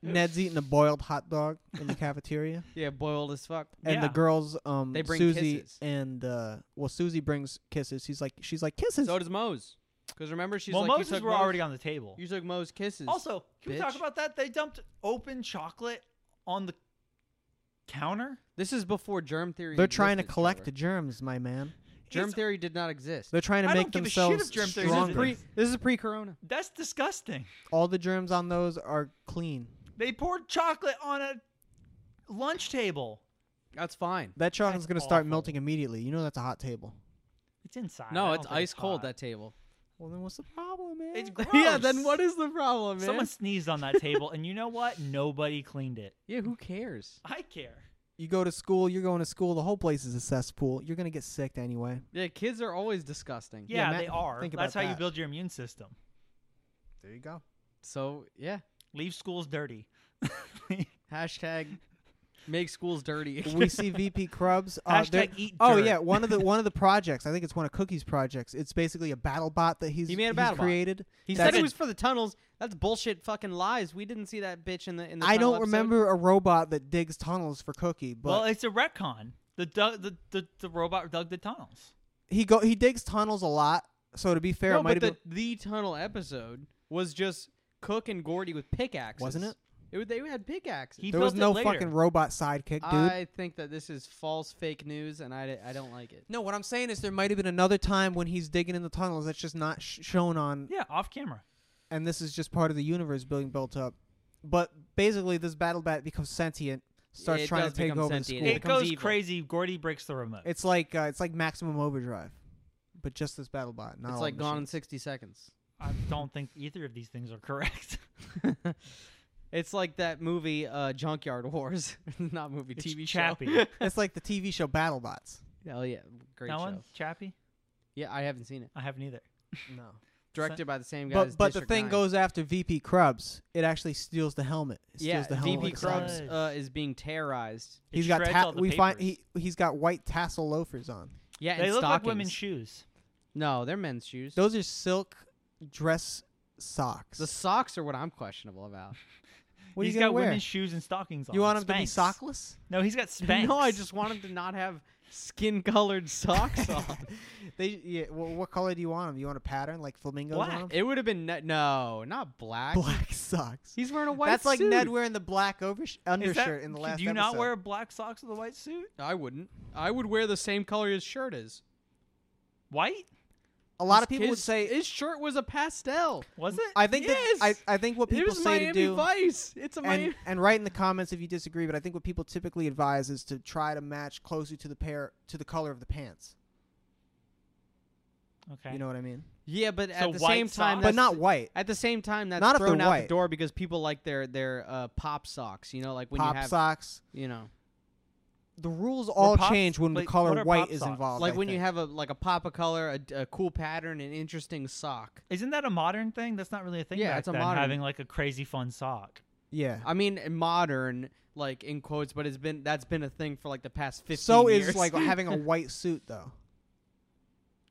Ned's eating a boiled hot dog in the cafeteria,
yeah, boiled as fuck.
and the
Yeah.
girls, um,
They bring
Susie
kisses.
and uh, well, Susie brings kisses. She's like, she's like kisses.
So does Mose. Because remember, she's
well,
like, you
Moses
took
were
Moe's-
already on the table.
You took Moe's kisses.
Also, can we talk
bitch.
about that? They dumped open chocolate on the counter.
this is before germ theory.
They're trying to
existed,
collect the
Trevor.
germs, my man.
germ
It's-
theory did not exist.
They're trying to
I
make
don't give a shit if
themselves
germ
This
theory
is,
stronger.
exists.
pre, this is pre-corona.
That's disgusting.
All the germs on those are clean.
They poured chocolate on a lunch table.
That's fine.
That chocolate's
That's
gonna start
awful.
melting immediately. You know that's a hot table.
It's inside. I
No,
don't
it's
think
ice cold.
hot.
That table.
Well, then what's the problem, man?
It's gross.
yeah. Then what is the problem, man?
Someone sneezed on that table, and you know what? Nobody cleaned it.
yeah. Who cares?
I care.
you go to school. You're going to school. The whole place is a cesspool. You're gonna get sick anyway.
Yeah, kids are always disgusting.
Yeah,
Matt,
they are.
think
That's
about
how you
that.
build your immune system.
There you go.
So yeah.
Leave schools dirty.
Hashtag make schools dirty.
we see VP Krubs. Uh, they're-
Hashtag eat
oh
dirt.
yeah, one of the one of the projects. I think it's one of Cookie's projects. It's basically a battle bot that he's
He made a
he's
battle bot.
created.
he
That's
said it
a-
was for the tunnels. That's bullshit. Fucking lies. We didn't see that bitch in the in the.
I
tunnel
don't
episode.
remember a robot that digs tunnels for Cookie, but
well, it's a retcon. The, dug, the the the robot dug the tunnels.
he go he digs tunnels a lot. So to be fair,
No,
it might
but
have
the, the tunnel episode was just Cook and Gordy with pickaxes,
Wasn't it?
It was- they had pickaxes.
He
been there was
built it
no
later.
fucking robot sidekick, dude.
I think that this is false, fake news, and I, I don't like it.
no, what I'm saying is there might have been another time when he's digging in the tunnels that's just not sh- shown on,
Yeah, off camera.
and this is just part of the universe being built up. But basically, this battle bat becomes sentient, starts
It
trying
does
to take
become
over the
sentient.
school.
it
becomes
goes
evil.
crazy. Gordy breaks the remote.
It's like uh, it's like Maximum Overdrive, but just this battle bot. Not
it's
all
like
the
gone in
machines.
sixty seconds.
I don't think either of these things are correct.
it's like that movie uh, Junkyard Wars, not movie
It's
TV show.
Chappie.
It's like the TV show Battle Bots.
oh yeah, great
no
show.
one, Chappie.
Yeah, I haven't seen it.
I haven't either.
No,
Directed by the same guy. as
but but the
District
thing
9.
goes after VP Krubs. It actually steals the helmet. It steals
Yeah,
the helmet.
DP
with the sidekick.
Krabs.
Krubs uh, is being terrorized.
It
He's got
shreds
ta-
all the
we find
papers.
he he's got white tassel loafers on.
Yeah,
They
and
look
stockings.
like women's shoes.
no, they're men's shoes.
Those are silk dress socks.
the socks are what I'm questionable about.
what are
he's
you
got
gonna wear?
women's shoes and stockings on.
You want him to be
Spanx.
sockless?
No, he's got Spanx.
No, I just want them to not have skin colored socks on.
They yeah. Well, what color do you want them? You want a pattern like flamingos
Black.
on them?
It would have been ne- no, not black.
Black socks.
He's wearing a white.
That's like
suit.
Ned wearing the black oversh-
Is
undershirt
that-
in the last.
Do you
episode.
not wear black socks with a white suit?
I wouldn't. I would wear the same color his shirt is.
White?
A lot of
His-
people would
his-
say
his shirt was a pastel.
Was it?
I think that
Yes!
I, I think what
It
people
was
say
Miami
to do
Vice. It's a Miami.
and, and write in the comments if you disagree, but I think what people typically advise is to try to match closely to the pair to the color of the pants.
okay.
You know what I mean?
Yeah, but
So
at the
white
same time,
socks?
But
that's-
not white.
At the same time, that's
Not if
thrown
they're
out the
white.
door because people like their their uh, pop socks. You know, like when
pop
you have
socks.
you know,
The rules all
pop-
change when the
wait, what
color
are
white
pop
is
socks?
involved.
like
I
when you
think.
have a like a pop of color, a, a cool pattern, an interesting sock.
Isn't that a modern thing? That's not really a thing.
Yeah,
back
it's a
then,
modern-
having like a crazy fun sock.
yeah.
I mean, modern, like in quotes, but it's been that's been a thing for like the past fifteen.
So
years.
is like having a white suit though,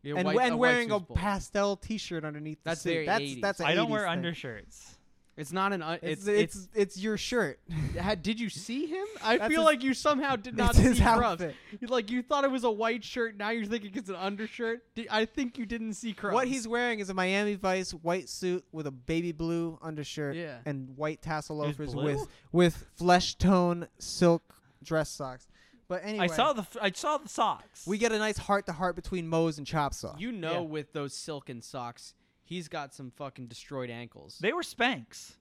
Yeah,
and
white-
and
white
wearing a
suit's bull.
pastel T-shirt underneath. The
That's
suit.
very
that's
80s.
that's. I
I don't wear
thing.
undershirts.
It's not an. Un-
It's
it's
it's, it's your shirt.
ha- did you see him? I
That's
feel
his-
like you somehow did not
That's his
see Krubs.
outfit.
You- Like you thought it was a white shirt. Now you're thinking it's an undershirt. Di- I think you didn't see Krubs.
What he's wearing is a Miami Vice white suit with a baby blue undershirt
Yeah.
and white tassel
It was
loafers
blue?
with with flesh tone silk dress socks. But anyway,
I saw the f- I saw the socks.
we get a nice heart to heart between Moe's and Chop Saw.
You know,
Yeah.
with those silken socks, he's got some fucking destroyed ankles.
they were spanks.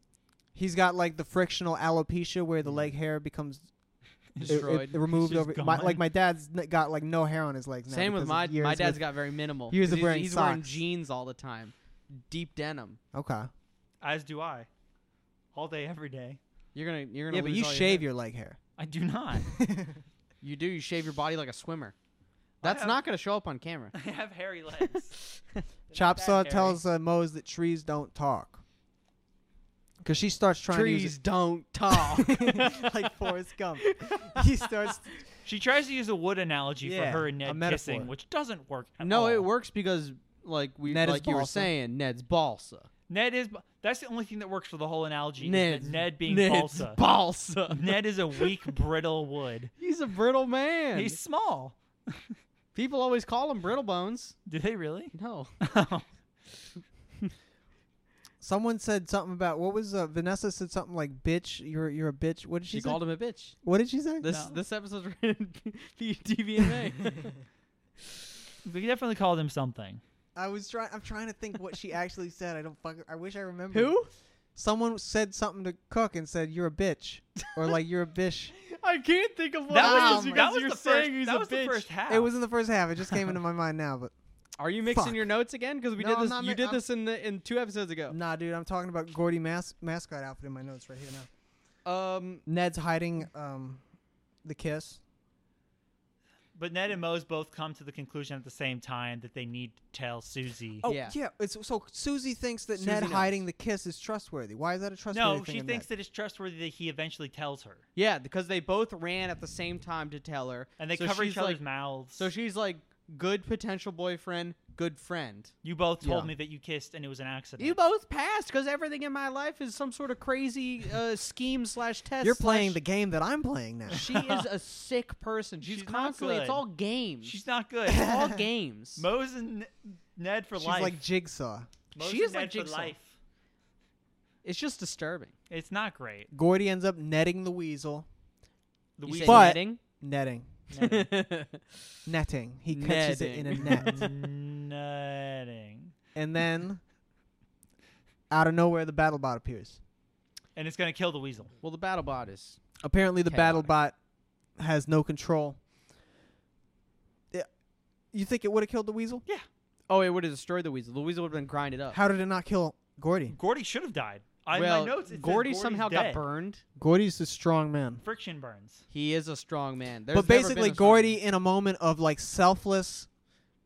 He's got like the frictional alopecia where the leg hair becomes it- it-
Mm. destroyed.
it removed
just
over my,
gone.
like my dad's n- got like no hair on his legs now.
Same with
because of
my
years
my dad's
with-
got very minimal.
years
'cause
of
he's
wearing
he's wearing
socks.
jeans all the time, deep denim.
okay.
As do I, all day every day.
You're gonna you're gonna
Yeah, but
lose
you
all your
shave
hair.
your leg hair.
I do not.
you do you shave your body like a swimmer.
I
That's
have-
not gonna show up on camera.
I have hairy legs.
Chop
That
Saw
hairy.
tells uh, Mose that trees don't talk. Because she starts trying
Trees don't talk.
to use it like Forrest Gump. He starts.
She tries to use a wood analogy
Yeah,
for her and
a
Ned
metaphor.
kissing, which doesn't work. At
no, it
all.
works because like we
Ned is
like you were
balsa.
saying, Ned's balsa.
Ned is. That's the only thing that works for the whole analogy. is
Ned's
that Ned being
Ned's
balsa.
balsa.
Ned is a weak, brittle wood.
He's a brittle man.
He's small.
People always call him brittle bones.
Do they really?
No.
Someone said something about what was uh, Vanessa said something like "bitch." You're you're a bitch. What did she,
She
say?
called him a bitch.
What did she say?
This
No.
this episode's rated P- TVMA.
we definitely called him something.
I was trying. I'm trying to think what she actually said. I don't fuck. I wish I remember.
Who?
Someone said something to Cook and said, "You're a bitch," or like "You're a bish."
I can't think of what
That
Wow,
it
was,
is
man.
that
because
was
you're
the first,
saying he's
that
a
was
bitch.
the first half.
It was in the first half. It just came into my mind now, but
Are you mixing
Fuck.
your notes again? Because we
No,
did
I'm
this.
not
you
mi-
did
I'm-
this in the, in two episodes ago.
nah, dude. I'm talking about Gordy mas- mascot outfit in my notes right here now.
Um,
Ned's hiding um, the kiss.
But Ned and Mose both come to the conclusion at the same time that they need to tell Susie.
Oh yeah,
Yeah.
it's so Susie thinks that
Susie
Ned
knows.
hiding the kiss is trustworthy. Why is that a trustworthy
no,
thing?
she
of
thinks
Ned?
that it's trustworthy that he eventually tells her,
yeah, because they both ran at the same time to tell her,
and they
So
cover each
she's like-
other's mouths.
So she's like, good potential boyfriend, good friend.
you both told
Yeah.
me that you kissed, and it was an accident.
You both passed because everything in my life is some sort of crazy uh, scheme slash test.
you're playing the
slash-
game that I'm playing now.
She is a sick person. She's,
She's not
constantly. It's
good.
all games.
She's not good.
It's all games.
Mose and N- Ned for
She's
life.
like Jigsaw.
Mose
she
and
is like
Ned for
Jigsaw.
life.
it's just disturbing.
It's not great.
Gordy ends up netting the weasel.
The
You
we-
say
But-
netting?
Netting,
Netting.
netting. He catches it in a net,
Nutting.
and then out of nowhere, the battle bot appears.
And it's gonna kill the weasel.
well, the battle bot is.
Apparently, the battle
Chaotic.
bot has no control. Yeah. You think it would have killed the weasel?
Oh, it would have destroyed the weasel. The weasel would have been grinded up.
How did it not kill Gordy?
Gordy should have died. I, in
well,
my notes, it says
Gordy
Gordy's
somehow got
dead.
burned.
Gordy's a strong man.
Friction burns.
He is a strong man. There's
but
never been
basically,
a strong man.
Gordy, in a moment of like selfless,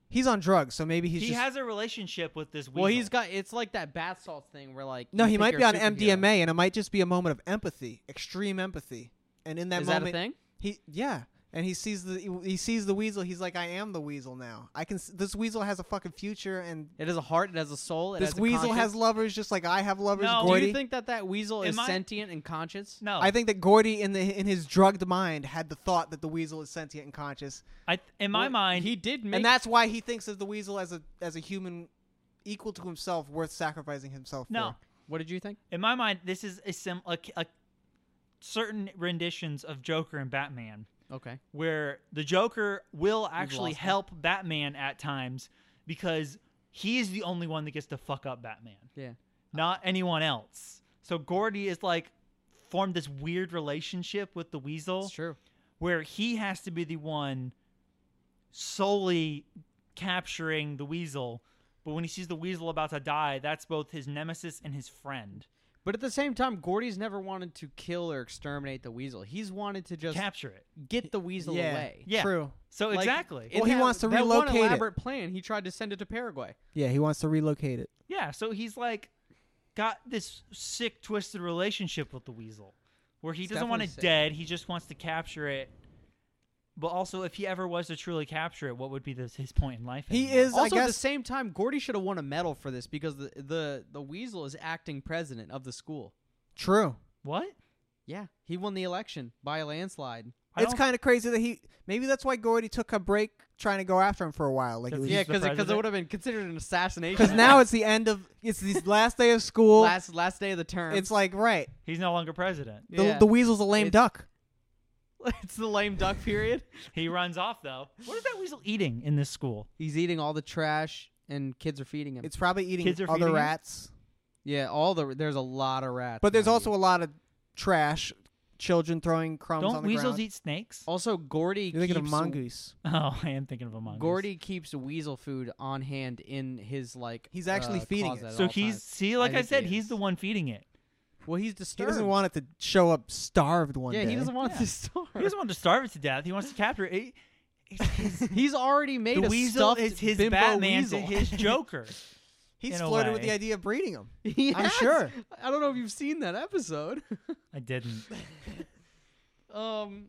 he's on drugs, so maybe he's
he
just
has a relationship with this weasel.
Well, he's got. It's like that bath salt thing where like.
no,
you
he
think
might
you're
be
a
on
superhero.
MDMA, and it might just be a moment of empathy, extreme empathy, and in that
Is that a
moment,
thing?
he yeah, and he sees the he sees the weasel. He's like, I am the weasel now. I can s- this weasel has a fucking future, and
It has a heart. It has a soul. It
this
has a
weasel
conscience.
has lovers just like I have lovers.
No. Do you
Gordy,
Do you think that that weasel
In
is
my-
sentient and conscious?
no.
I think that Gordy in the in his drugged mind had the thought that the weasel is sentient and conscious,
I th- in my
Well,
mind,
he did make.
and that's why he thinks of the weasel as a as a human equal to himself, worth sacrificing himself
no.
for.
what did you think?
In my mind, this is a sim a, a certain renditions of Joker and Batman,
Okay.
where the Joker will actually
lost me.
help Batman at times because he is the only one that gets to fuck up Batman,
Yeah.
not anyone else. So Gordy is like formed this weird relationship with the Weasel.
It's true.
where he has to be the one solely capturing the weasel. But when he sees the weasel about to die, that's both his nemesis and his friend.
But at the same time, Gordy's never wanted to kill or exterminate the weasel. He's wanted to just
Capture it.
get the weasel
yeah.
away.
Yeah.
True.
So
Like,
exactly.
it
Well, he
had-
wants to
that
relocate it.
one elaborate plan. He tried to send it to Paraguay.
Yeah, he wants to relocate it.
yeah. So he's like got this sick, twisted relationship with the weasel where he
It's
doesn't want it
definitely sick.
dead. He just wants to capture it. But also, if he ever was to truly capture it, what would be this, his point in life?
He
anymore?
is- I
also, at the
guess-
same time, Gordy should have won a medal for this because the, the the weasel is acting president of the school.
True.
What?
Yeah, he won the election by a landslide.
I
it's
don't-
kind of crazy that he maybe that's why Gordy took a break trying to go after him for a while. Like it
That's-
was
Yeah,
He's the
because it
president?
would have been considered an assassination.
because now it's the end of it's this last day of school.
last last day of the term.
it's like right,
He's no longer president.
the,
Yeah.
the weasel's a lame
It's-
duck.
it's the lame duck period.
He runs off though. What is that weasel eating in this school?
He's eating all the trash, and kids are feeding him.
It's probably eating
Kids are
other
feeding it?
rats,
yeah, all the there's a lot of rats.
but there's
mind
also
you.
a lot of trash. Children throwing crumbs on
Don't
the
weasels
ground.
eat snakes?
also Gordy.
You're thinking of
keeps-
mongoose.
Oh, I am thinking of a mongoose.
Gordy keeps weasel food on hand in his like.
He's actually
uh,
feeding
closet
it.
at
So
all
he's
times.
see, like I,
think he
said, he's
is.
the one feeding it.
Well, he's
He
disturbed.
doesn't want it to show up starved one
Yeah,
day.
he doesn't want it
Yeah.
to starve.
He doesn't want to starve it to death. He wants to capture it. He- it's his-
He's already made
the
a
weasel
stuffed
is his
bimbo
Batman,
weasel.
to his Joker.
He's
in a
flirted with
way.
the idea of breeding them.
He
I'm
has.
sure.
I don't know if you've seen that episode.
I didn't.
um,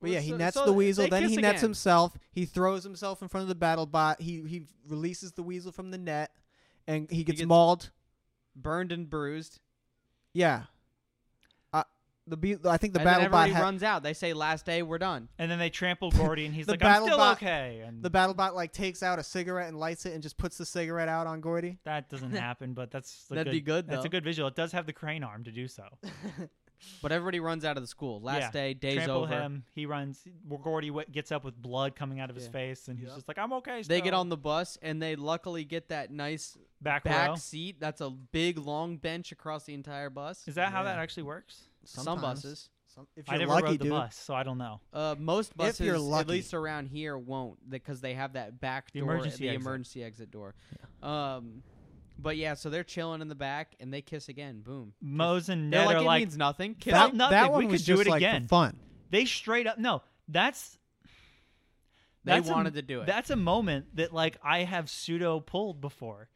But yeah, he
so-
nets
so
the weasel,
they
then he
kiss
nets
again.
himself. He throws himself in front of the battle bot. He he releases the weasel from the net, and he gets,
gets-
mauled.
burned and bruised.
Yeah, uh, the be- I think the
and
battle
then
bot
everybody
ha-
runs out. They say, "Last day, we're done."
And then they trample Gordy, and he's
The
like, "I'm still
BattleBot-
okay." And
the battle bot like takes out a cigarette and lights it and just puts the cigarette out on Gordy.
that doesn't happen, but that's a
That'd be good,
That's a
though.
good visual. It does have the crane arm to do so.
But everybody runs out of the school. Last
Yeah.
day, day's
trample
over.
him. He runs. Gordy w- gets up with blood coming out of his
Yeah.
face, and he's
Yep.
just like, "I'm okay."
They get
still."
on the bus and they luckily get that nice
back, row.
back seat. That's a big long bench across the entire bus.
Is that how
Yeah.
that actually works?
Some
Sometimes.
buses,
Some, if you're
I never
lucky,
rode the
dude.
bus, so I don't know.
uh, most buses,
you're
at
lucky.
least around here, won't because they have that back
The
door, the
emergency exit.
emergency exit door. Um, but yeah, so they're chilling in the back and they kiss again. Boom.
Moe's and
They're
Ned
like,
are
it
like,
means nothing. Kill.
Felt
That,
nothing.
that one
We
was
could do
just
it
like
again.
for fun.
they straight up no. That's
they
that's a-
wanted to do it.
That's a moment that like I have pseudo pulled before,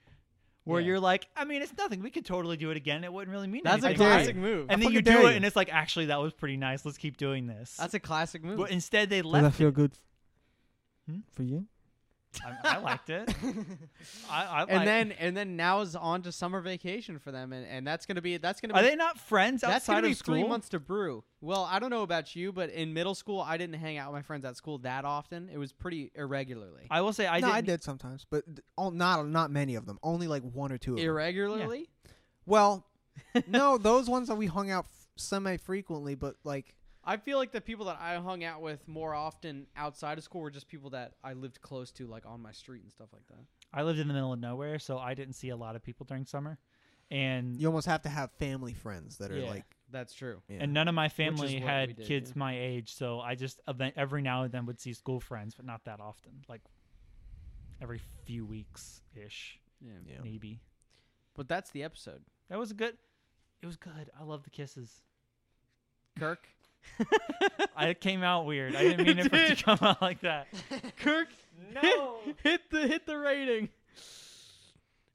where
Yeah.
you're like, I mean, it's nothing. We could totally do it again. It wouldn't really mean
That's a
anything.
dare
classic
you.
move.
And
I
then you
fucking dare
do it,
you.
and it's like, actually, that was pretty nice. Let's keep doing this.
That's a classic move.
but instead, they
Does that
left.
feel good
Hmm?
for you?
I, I liked it. I, I
and
liked-
then and then now is on to summer vacation for them, and, and that's gonna be that's gonna be
are they not friends
that's
outside
gonna be
of school?
three months to brew. Well, I don't know about you, but in middle school, I didn't hang out with my friends at school that often. It was pretty irregularly.
I will say I
no,
did.
I did sometimes, but d- all, not not many of them. Only like one or two. Of them.
irregularly,
Well, no, those ones that we hung out f- semi frequently, but like
I feel like the people that I hung out with more often outside of school were just people that I lived close to, like on my street and stuff like that.
I lived in the middle of nowhere, so I didn't see a lot of people during summer, and
you almost have to have family friends that are
Yeah,
like.
that's true.
Yeah.
and none of my
is
family
what we
had
did,
kids
yeah.
my age, so I just event- every now and then would see school friends, but not that often. Like every few weeks ish,
Yeah.
Yeah.
maybe.
But that's the episode.
That was a good. It was good. I love the kisses.
Kirk,
I came out weird. I didn't mean it for it to come out like that.
Kirk,
No.
hit the hit the rating.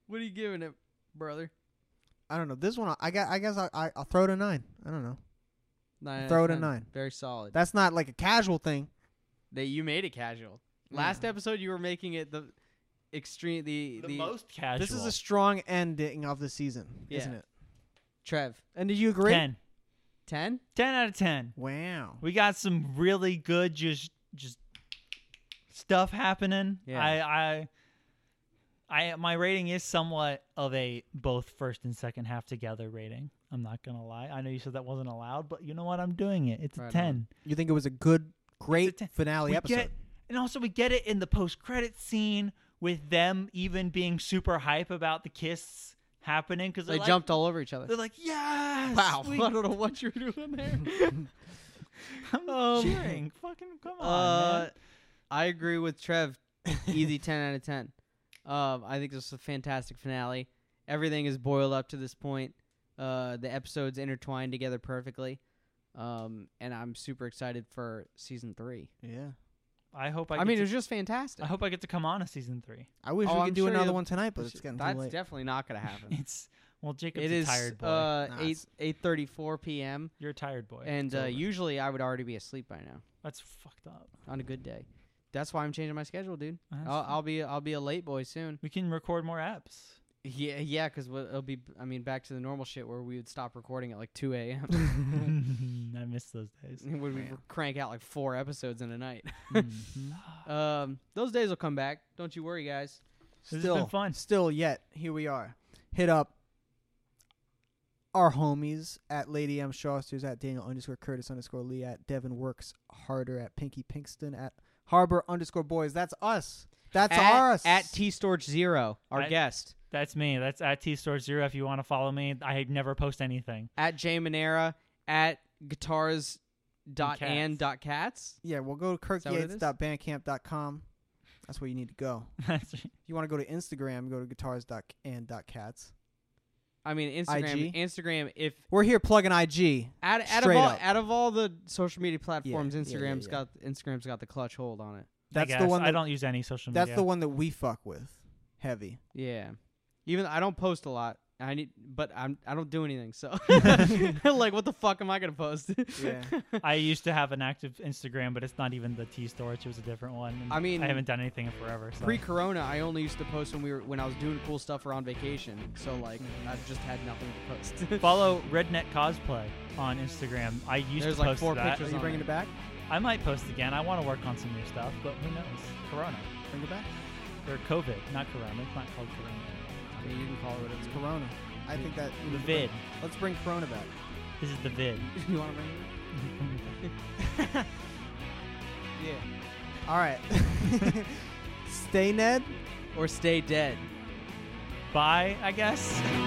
What are you giving it, brother?
I don't know. This one, I- I got. I guess I, I, I'll throw it a nine. I don't know.
Nine out of
Throw it a
10.
nine.
Very solid.
That's not like a casual thing.
that you made it casual. Last episode, you were making it the extreme. The the,
The most casual.
This is a strong ending of the season,
Yeah.
isn't it?
Trev
And did you agree?
ten.
ten.
Ten out of ten.
Wow.
We got some really good just just stuff happening.
Yeah.
I I I my rating is somewhat of a both first and second half together rating. I'm not gonna lie. I know you said that wasn't allowed, but you know what? I'm doing it. It's
Right
a
on.
ten.
You think it was a good, great
10.
finale
We
episode?
get- and also we get it in the post credit scene with them even being super hype about the kiss happening because
They jumped all over each other.
They're like, yes!
Wow,
we-
I don't know what you're doing there.
I'm
Um,
cheering. Fucking come on,
uh,
man.
I agree with Trev. Easy ten out of ten. Um, I think this is a fantastic finale. Everything is boiled up to this point. Uh, the episodes intertwined together perfectly. Um, and I'm super excited for season three.
yeah.
I hope I.
I,
get
mean,
to-
it was just fantastic.
I hope I get to come on a season three.
I wish
Oh,
we could
I'm
do
sure
another
you'll-
one tonight, but it's getting
That's
too late.
definitely not gonna happen.
It's well, Jacob's
It
a
is
tired boy.
uh
Nah,
eight
it's-
eight thirty four p.m.
You're a tired boy.
and
it's
uh,
over.
usually I would already be asleep by now
That's fucked up.
on a good day. That's why I'm changing my schedule, dude.
That's
I'll,
fine.
I'll be I'll be a late boy soon.
we can record more apps.
Yeah, yeah, because it'll be I mean back to the normal shit where we would stop recording at like two a.m.
I miss those days.
and would we
Man.
crank out like four episodes in a night.
Mhm.
Um, those days will come back. Don't you worry, guys.
has
still
been fun.
Still yet, here we are. Hit up our homies at Lady M Shawsters at Daniel underscore Curtis underscore Lee at Devin Works Harder at Pinky Pinkston at Harbor underscore Boys. That's us. That's
at,
ours.
at T Storage Zero, our
At-
guest.
That's me. That's at T Store Zero if you want to follow me. I never post anything.
At J Monera. At guitars dot
And
and dot cats.
yeah, we'll go to
that what it is?
kirkyates.bandcamp.com. That's where you need to go.
That's
If you want to go to Instagram, go to guitars dot and dot cats.
I mean Instagram.
IG?
Instagram. If
We're here plugging IG.
out, out of
Straight
all
up.
out of all the social media platforms,
yeah,
Instagram's
yeah, yeah.
got Instagram's got the clutch hold on it.
That's
I
the
guess.
one.
I
That,
don't use any social
that's
media.
the one that we fuck with heavy.
Yeah. Even I don't post a lot. I need, but I'm I don't do anything. So like, what the fuck am I gonna post?
Yeah.
I used to have an active Instagram, but it's not even the T Store. It was a different one. and
I mean,
I haven't done anything in forever. So.
Pre-corona, I only used to post when we were when I was doing cool stuff or on vacation. So like,
Mm-hmm.
I've just had nothing to post.
Follow Redneck Cosplay on Instagram. I used
There's
to
like
post
four
that.
Are
pictures.
you
on
bringing
it.
it back?
I might post again. I want to work on some new stuff, but who knows? Corona
Bring it back?
or COVID, not Corona. It's not called Corona.
I mean, you can call it whatever.
It's Corona. I think that we
The
need to bring-
vid.
Let's bring Corona back.
This is the vid.
you want to bring it? Yeah.
All right. Stay Ned.
Or stay dead.
Bye, I guess.